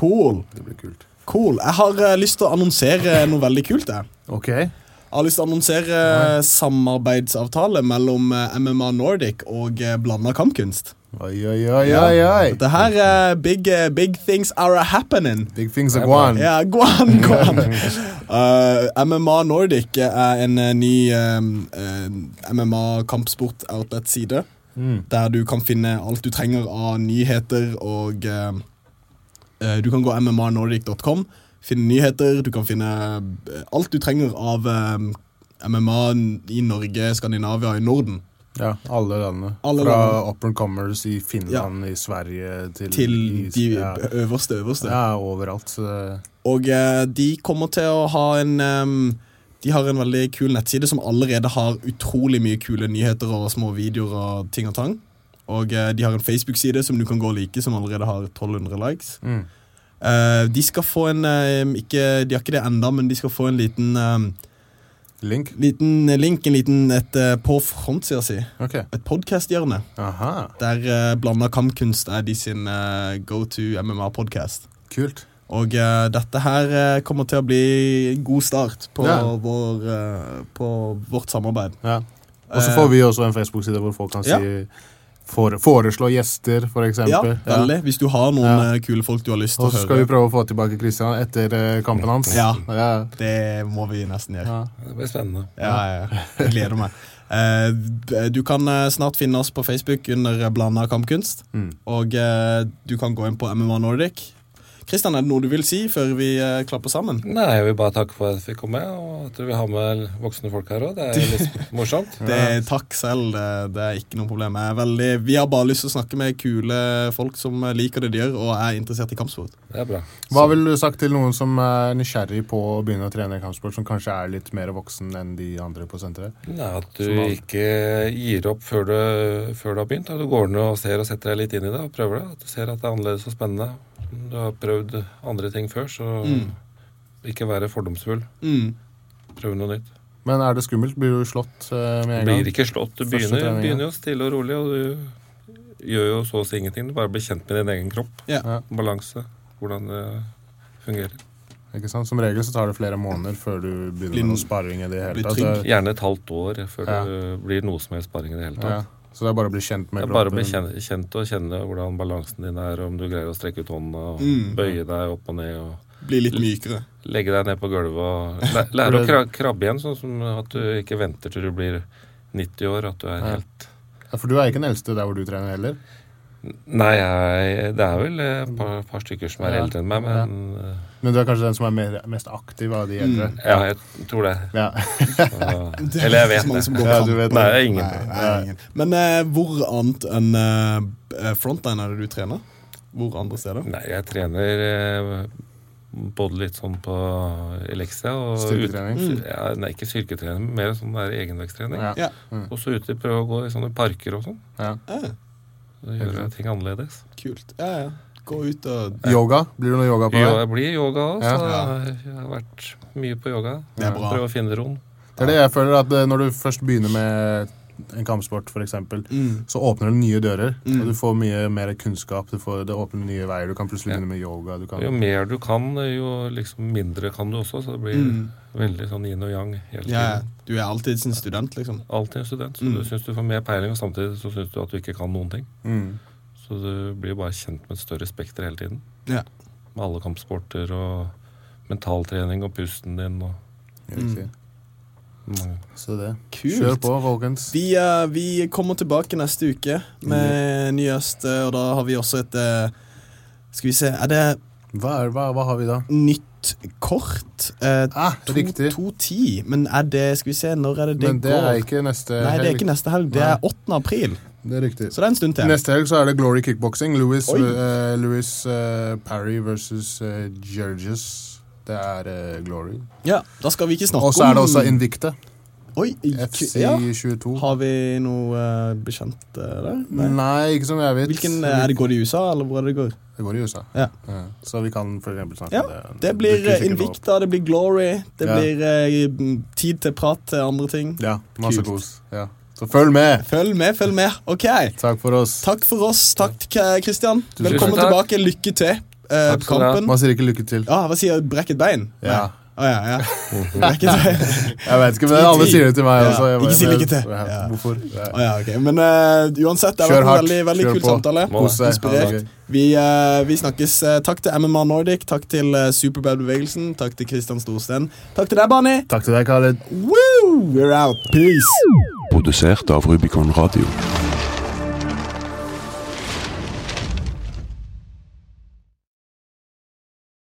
Speaker 2: Cool.
Speaker 3: Det blir kult.
Speaker 2: cool. Jeg har eh, lyst til å annonsere noe veldig kult. Jeg.
Speaker 3: Ok.
Speaker 2: Jeg har lyst til å annonsere eh, samarbeidsavtale mellom eh, MMA Nordic og eh, Blanda kampkunst.
Speaker 3: Oi, oi, oi, oi, oi.
Speaker 2: Dette her er big, eh, big things are happening.
Speaker 3: Big things are gone.
Speaker 2: Ja, gå an, gå an. Eh, MMA Nordic er en eh, ny eh, MMA-kampsport-outlet-side. Der du kan finne alt du trenger av nyheter og eh, eh, Du kan gå mmanordic.com, finne nyheter, du kan finne eh, alt du trenger av eh, MMA i Norge, Skandinavia og i Norden.
Speaker 3: Ja, alle landene.
Speaker 2: Alle
Speaker 3: Fra
Speaker 2: landene.
Speaker 3: up and comers i Finland, i Sverige til,
Speaker 2: Til
Speaker 3: i-
Speaker 2: de
Speaker 3: ja.
Speaker 2: øverste, øverste.
Speaker 3: ja, overalt. Så det-
Speaker 2: Og eh, de kommer til å ha en ehm, De har en veldig kul nettside som allerede har utrolig mye kule nyheter og små videoer og ting og tang. Og eh, de har en Facebook-side som du kan gå og like, som allerede har 1200 likes.
Speaker 3: mm.
Speaker 2: Eh, de skal få en ehm, ikke, De har ikke det enda, men de skal få en liten, ehm,
Speaker 3: Link?
Speaker 2: liten link en liten et, eh, på frontsida si.
Speaker 3: Ok.
Speaker 2: Et podcast-hjørne.
Speaker 3: Aha,
Speaker 2: Der uh, Blanda kampkunst er de sin eh, go to MMA-podkast.
Speaker 3: kult.
Speaker 2: Og eh, dette her eh, kommer til å bli en god start på,
Speaker 3: Ja.
Speaker 2: vår, eh, på vårt samarbeid.
Speaker 3: Ja. Og så får vi også en Facebook-side hvor folk kan
Speaker 2: Eh. Ja.
Speaker 3: si fore, foreslå gjester, for
Speaker 2: Ja,
Speaker 3: eksempel.
Speaker 2: veldig. Hvis du har noen
Speaker 3: Ja.
Speaker 2: eh, kule folk du har lyst til
Speaker 3: Og
Speaker 2: å
Speaker 3: så skal vi
Speaker 2: høre.
Speaker 3: prøve å få tilbake Christian etter eh, kampen hans.
Speaker 2: Ja.
Speaker 3: ja.
Speaker 2: Det må vi nesten gjøre.
Speaker 3: ja.
Speaker 4: Det blir spennende.
Speaker 2: Ja, ja, ja. Jeg gleder meg. Eh, d- du kan eh, snart finne oss på Facebook under Blanda kampkunst. Og eh, du kan gå inn på MMA Nordic. Kristian, er det noe du vil si før vi eh, klapper sammen?
Speaker 4: Nei, jeg vil bare takke for at jeg fikk komme, og at vi har med voksne folk her òg. Det er litt morsomt.
Speaker 2: Det er takk selv, det, det er ikke noe problem. Jeg er veldig, vi har bare lyst til å snakke med kule folk som liker det de gjør, og er interessert i kampsport.
Speaker 4: Det er bra.
Speaker 3: Hva ville du sagt til noen som er nysgjerrig på å begynne å trene kampsport, som kanskje er litt mer voksen enn de andre på senteret?
Speaker 4: Nei, at du ikke gir opp før du, før du har begynt. At du går ned og ser og setter deg litt inn i det og prøver det. At du ser at det er annerledes og spennende. Du har prøvd andre ting før, så ikke være fordomsfull. Prøv noe nytt.
Speaker 3: Men er det skummelt? Blir du slått eh, med
Speaker 4: Du
Speaker 3: en gang?
Speaker 4: blir ikke slått. Du
Speaker 3: Første
Speaker 4: begynner,
Speaker 3: trening, ja.
Speaker 4: begynner jo stille og rolig, og du gjør jo så å si ingenting. Du bare blir kjent med din egen kropp.
Speaker 2: Ja.
Speaker 4: Balanse. Hvordan det fungerer.
Speaker 3: Ikke sant? Som regel så tar det flere måneder før du begynner
Speaker 2: Blir-
Speaker 3: med noe sparring i det hele
Speaker 2: blir
Speaker 3: tatt.
Speaker 2: trygg.
Speaker 3: Det-
Speaker 4: Gjerne et halvt år før
Speaker 3: Ja.
Speaker 4: det blir noe som helst sparring i det hele
Speaker 3: Ja.
Speaker 4: tatt.
Speaker 3: Så det er bare å bli kjent
Speaker 4: Det
Speaker 3: med
Speaker 4: er bare å bli kjen- kjent og kjenne hvordan balansen din er, om du greier å strekke ut hånda og bøye deg opp og ned og
Speaker 2: Bli litt mykere.
Speaker 4: legge deg ned på gulvet og læ- lære å kra- krabbe igjen, sånn som at du ikke venter til du blir 90 år, at du er helt
Speaker 3: Ja, for du er ikke den eldste der hvor du trener heller.
Speaker 4: Nei, jeg, det er vel et par, par stykker som er
Speaker 3: Ja.
Speaker 4: eldre enn meg, men eh,
Speaker 3: Men du er kanskje den som er mer, mest aktiv av de
Speaker 2: Mm.
Speaker 3: eldre?
Speaker 4: Ja, jeg tror det.
Speaker 3: Ja.
Speaker 2: Det
Speaker 4: Eller jeg
Speaker 2: ikke
Speaker 4: vet
Speaker 2: så mange
Speaker 4: det.
Speaker 2: som går
Speaker 3: Ja,
Speaker 2: kamp.
Speaker 3: du vet
Speaker 4: Nei,
Speaker 3: det.
Speaker 4: ingen.
Speaker 2: Nei, nei, ingen. Men eh, hvor annet enn eh, frontline er det du trener? Hvor andre steder?
Speaker 4: Nei, jeg trener eh, både litt sånn på Elixia og
Speaker 3: Styrketrening?
Speaker 4: ut- Mm. Ja, nei, ikke styrketrening, men mer sånn der egenvektstrening.
Speaker 3: Ja.
Speaker 2: Ja,
Speaker 4: Og så ute prøve å gå i sånne parker og sånn.
Speaker 3: Ja.
Speaker 4: Da gjør jeg ting annerledes.
Speaker 2: Eh, kult. Ja, ja. Gå ut og
Speaker 3: Yoga? Blir det noe yoga på
Speaker 4: Jo,
Speaker 3: deg?
Speaker 4: jeg blir yoga òg, så
Speaker 2: Ja.
Speaker 4: jeg har vært mye på yoga.
Speaker 2: Det er bra.
Speaker 4: Prøve å finne roen.
Speaker 3: Det er det jeg føler at eh, når du først begynner med en kampsport, f.eks.,
Speaker 2: Mm.
Speaker 3: så åpner det nye dører. Og du får mye mer kunnskap, du får, det åpner nye veier. Du kan plutselig
Speaker 4: Ja.
Speaker 3: begynne med yoga. Du
Speaker 4: Jo
Speaker 3: kan,
Speaker 4: mer du kan, jo liksom mindre kan du også, så det blir veldig sånn yin og yang hele
Speaker 2: Mm.
Speaker 4: tiden.
Speaker 2: ja, ja. Du er alltid sin student, liksom.
Speaker 4: Alltid en student, så du syns du får mer peiling, og samtidig så syns du at du ikke kan noen ting.
Speaker 3: Mm.
Speaker 4: Så du blir bare kjent med et større spekter hele tiden.
Speaker 2: Ja.
Speaker 4: Med alle kampsporter og mentaltrening og pusten din og
Speaker 3: Riktig.
Speaker 4: mange.
Speaker 3: Så det.
Speaker 2: Mm. Kult.
Speaker 3: Kjør på, folkens.
Speaker 2: Vi, eh, vi kommer tilbake neste uke med ny gjest, eh, og da har vi også et eh, Skal vi se Er det
Speaker 3: Hva, er, hva, hva har vi da?
Speaker 2: nytt kort? Eh,
Speaker 3: Ah,
Speaker 2: to-
Speaker 3: riktig.
Speaker 2: 2.10. Men er det Skal vi se, når er det det
Speaker 3: Men det
Speaker 2: går?
Speaker 3: er ikke neste
Speaker 2: Nei, det er
Speaker 3: helg.
Speaker 2: ikke neste helg. Det er 8. april.
Speaker 3: Det er riktig.
Speaker 2: Så det er en stund til.
Speaker 3: Neste helg så er det Glory Kickboxing. Louis,
Speaker 2: Oi.
Speaker 3: eh, Louis eh, Parry versus eh, Georges. Det er eh, Glory.
Speaker 2: Ja, Da skal vi ikke snakke om
Speaker 3: Og så er det også Invicte.
Speaker 2: Oi,
Speaker 3: FC
Speaker 2: ja.
Speaker 3: 22.
Speaker 2: Har vi noe eh, bekjent eh, der? Nei.
Speaker 3: Nei, ikke som jeg vet.
Speaker 2: Hvilken, eh, er det Går det i USA, eller hvor er det det går?
Speaker 3: Det går i USA.
Speaker 2: Ja.
Speaker 3: Så vi kan for eksempel snakke
Speaker 2: Ja,
Speaker 3: om det.
Speaker 2: Det blir
Speaker 3: dukker
Speaker 2: eh,
Speaker 3: sikkert opp.
Speaker 2: Invicta, det blir Glory, det
Speaker 3: Ja.
Speaker 2: blir eh, m, tid til prat til andre ting.
Speaker 3: Ja, masse
Speaker 2: Kult.
Speaker 3: kos. Ja. Så følg med!
Speaker 2: Følg med, følg med. Ok.
Speaker 3: Takk for oss.
Speaker 2: Takk for oss. Takk, K- Christian. Velkommen
Speaker 4: takk.
Speaker 2: tilbake. Lykke til eh,
Speaker 4: Takk
Speaker 2: på
Speaker 4: skal du ha.
Speaker 2: kampen.
Speaker 3: Man sier ikke lykke til.
Speaker 2: Ja, hva sier jeg? Brekket bein? Nei.
Speaker 3: Ja.
Speaker 2: Å ja, ja. Brekket bein.
Speaker 3: Jeg vet ikke, men alle sier det til meg
Speaker 2: Ja,
Speaker 3: også. Jeg
Speaker 2: ikke si
Speaker 3: men-
Speaker 2: lykke til.
Speaker 3: Ja,
Speaker 2: Ja.
Speaker 3: Hvorfor? Ja.
Speaker 2: Å ja, ok. Men eh, uansett, det har
Speaker 3: Kjør
Speaker 2: vært en
Speaker 3: hardt.
Speaker 2: veldig, veldig
Speaker 3: Kjør
Speaker 2: kul
Speaker 3: på.
Speaker 2: samtale.
Speaker 3: Kos deg. Ha det
Speaker 2: Inspirert.
Speaker 3: gøy.
Speaker 2: Vi, eh, vi snakkes. Eh, Takk til MMA Nordic, takk til eh, Superbad-bevegelsen, takk til Kristian Storsten. Takk til deg, Barney.
Speaker 3: Takk til deg, Khaled.
Speaker 2: Woo! We're out. Peace.
Speaker 5: Produsert av Rubicon Radio.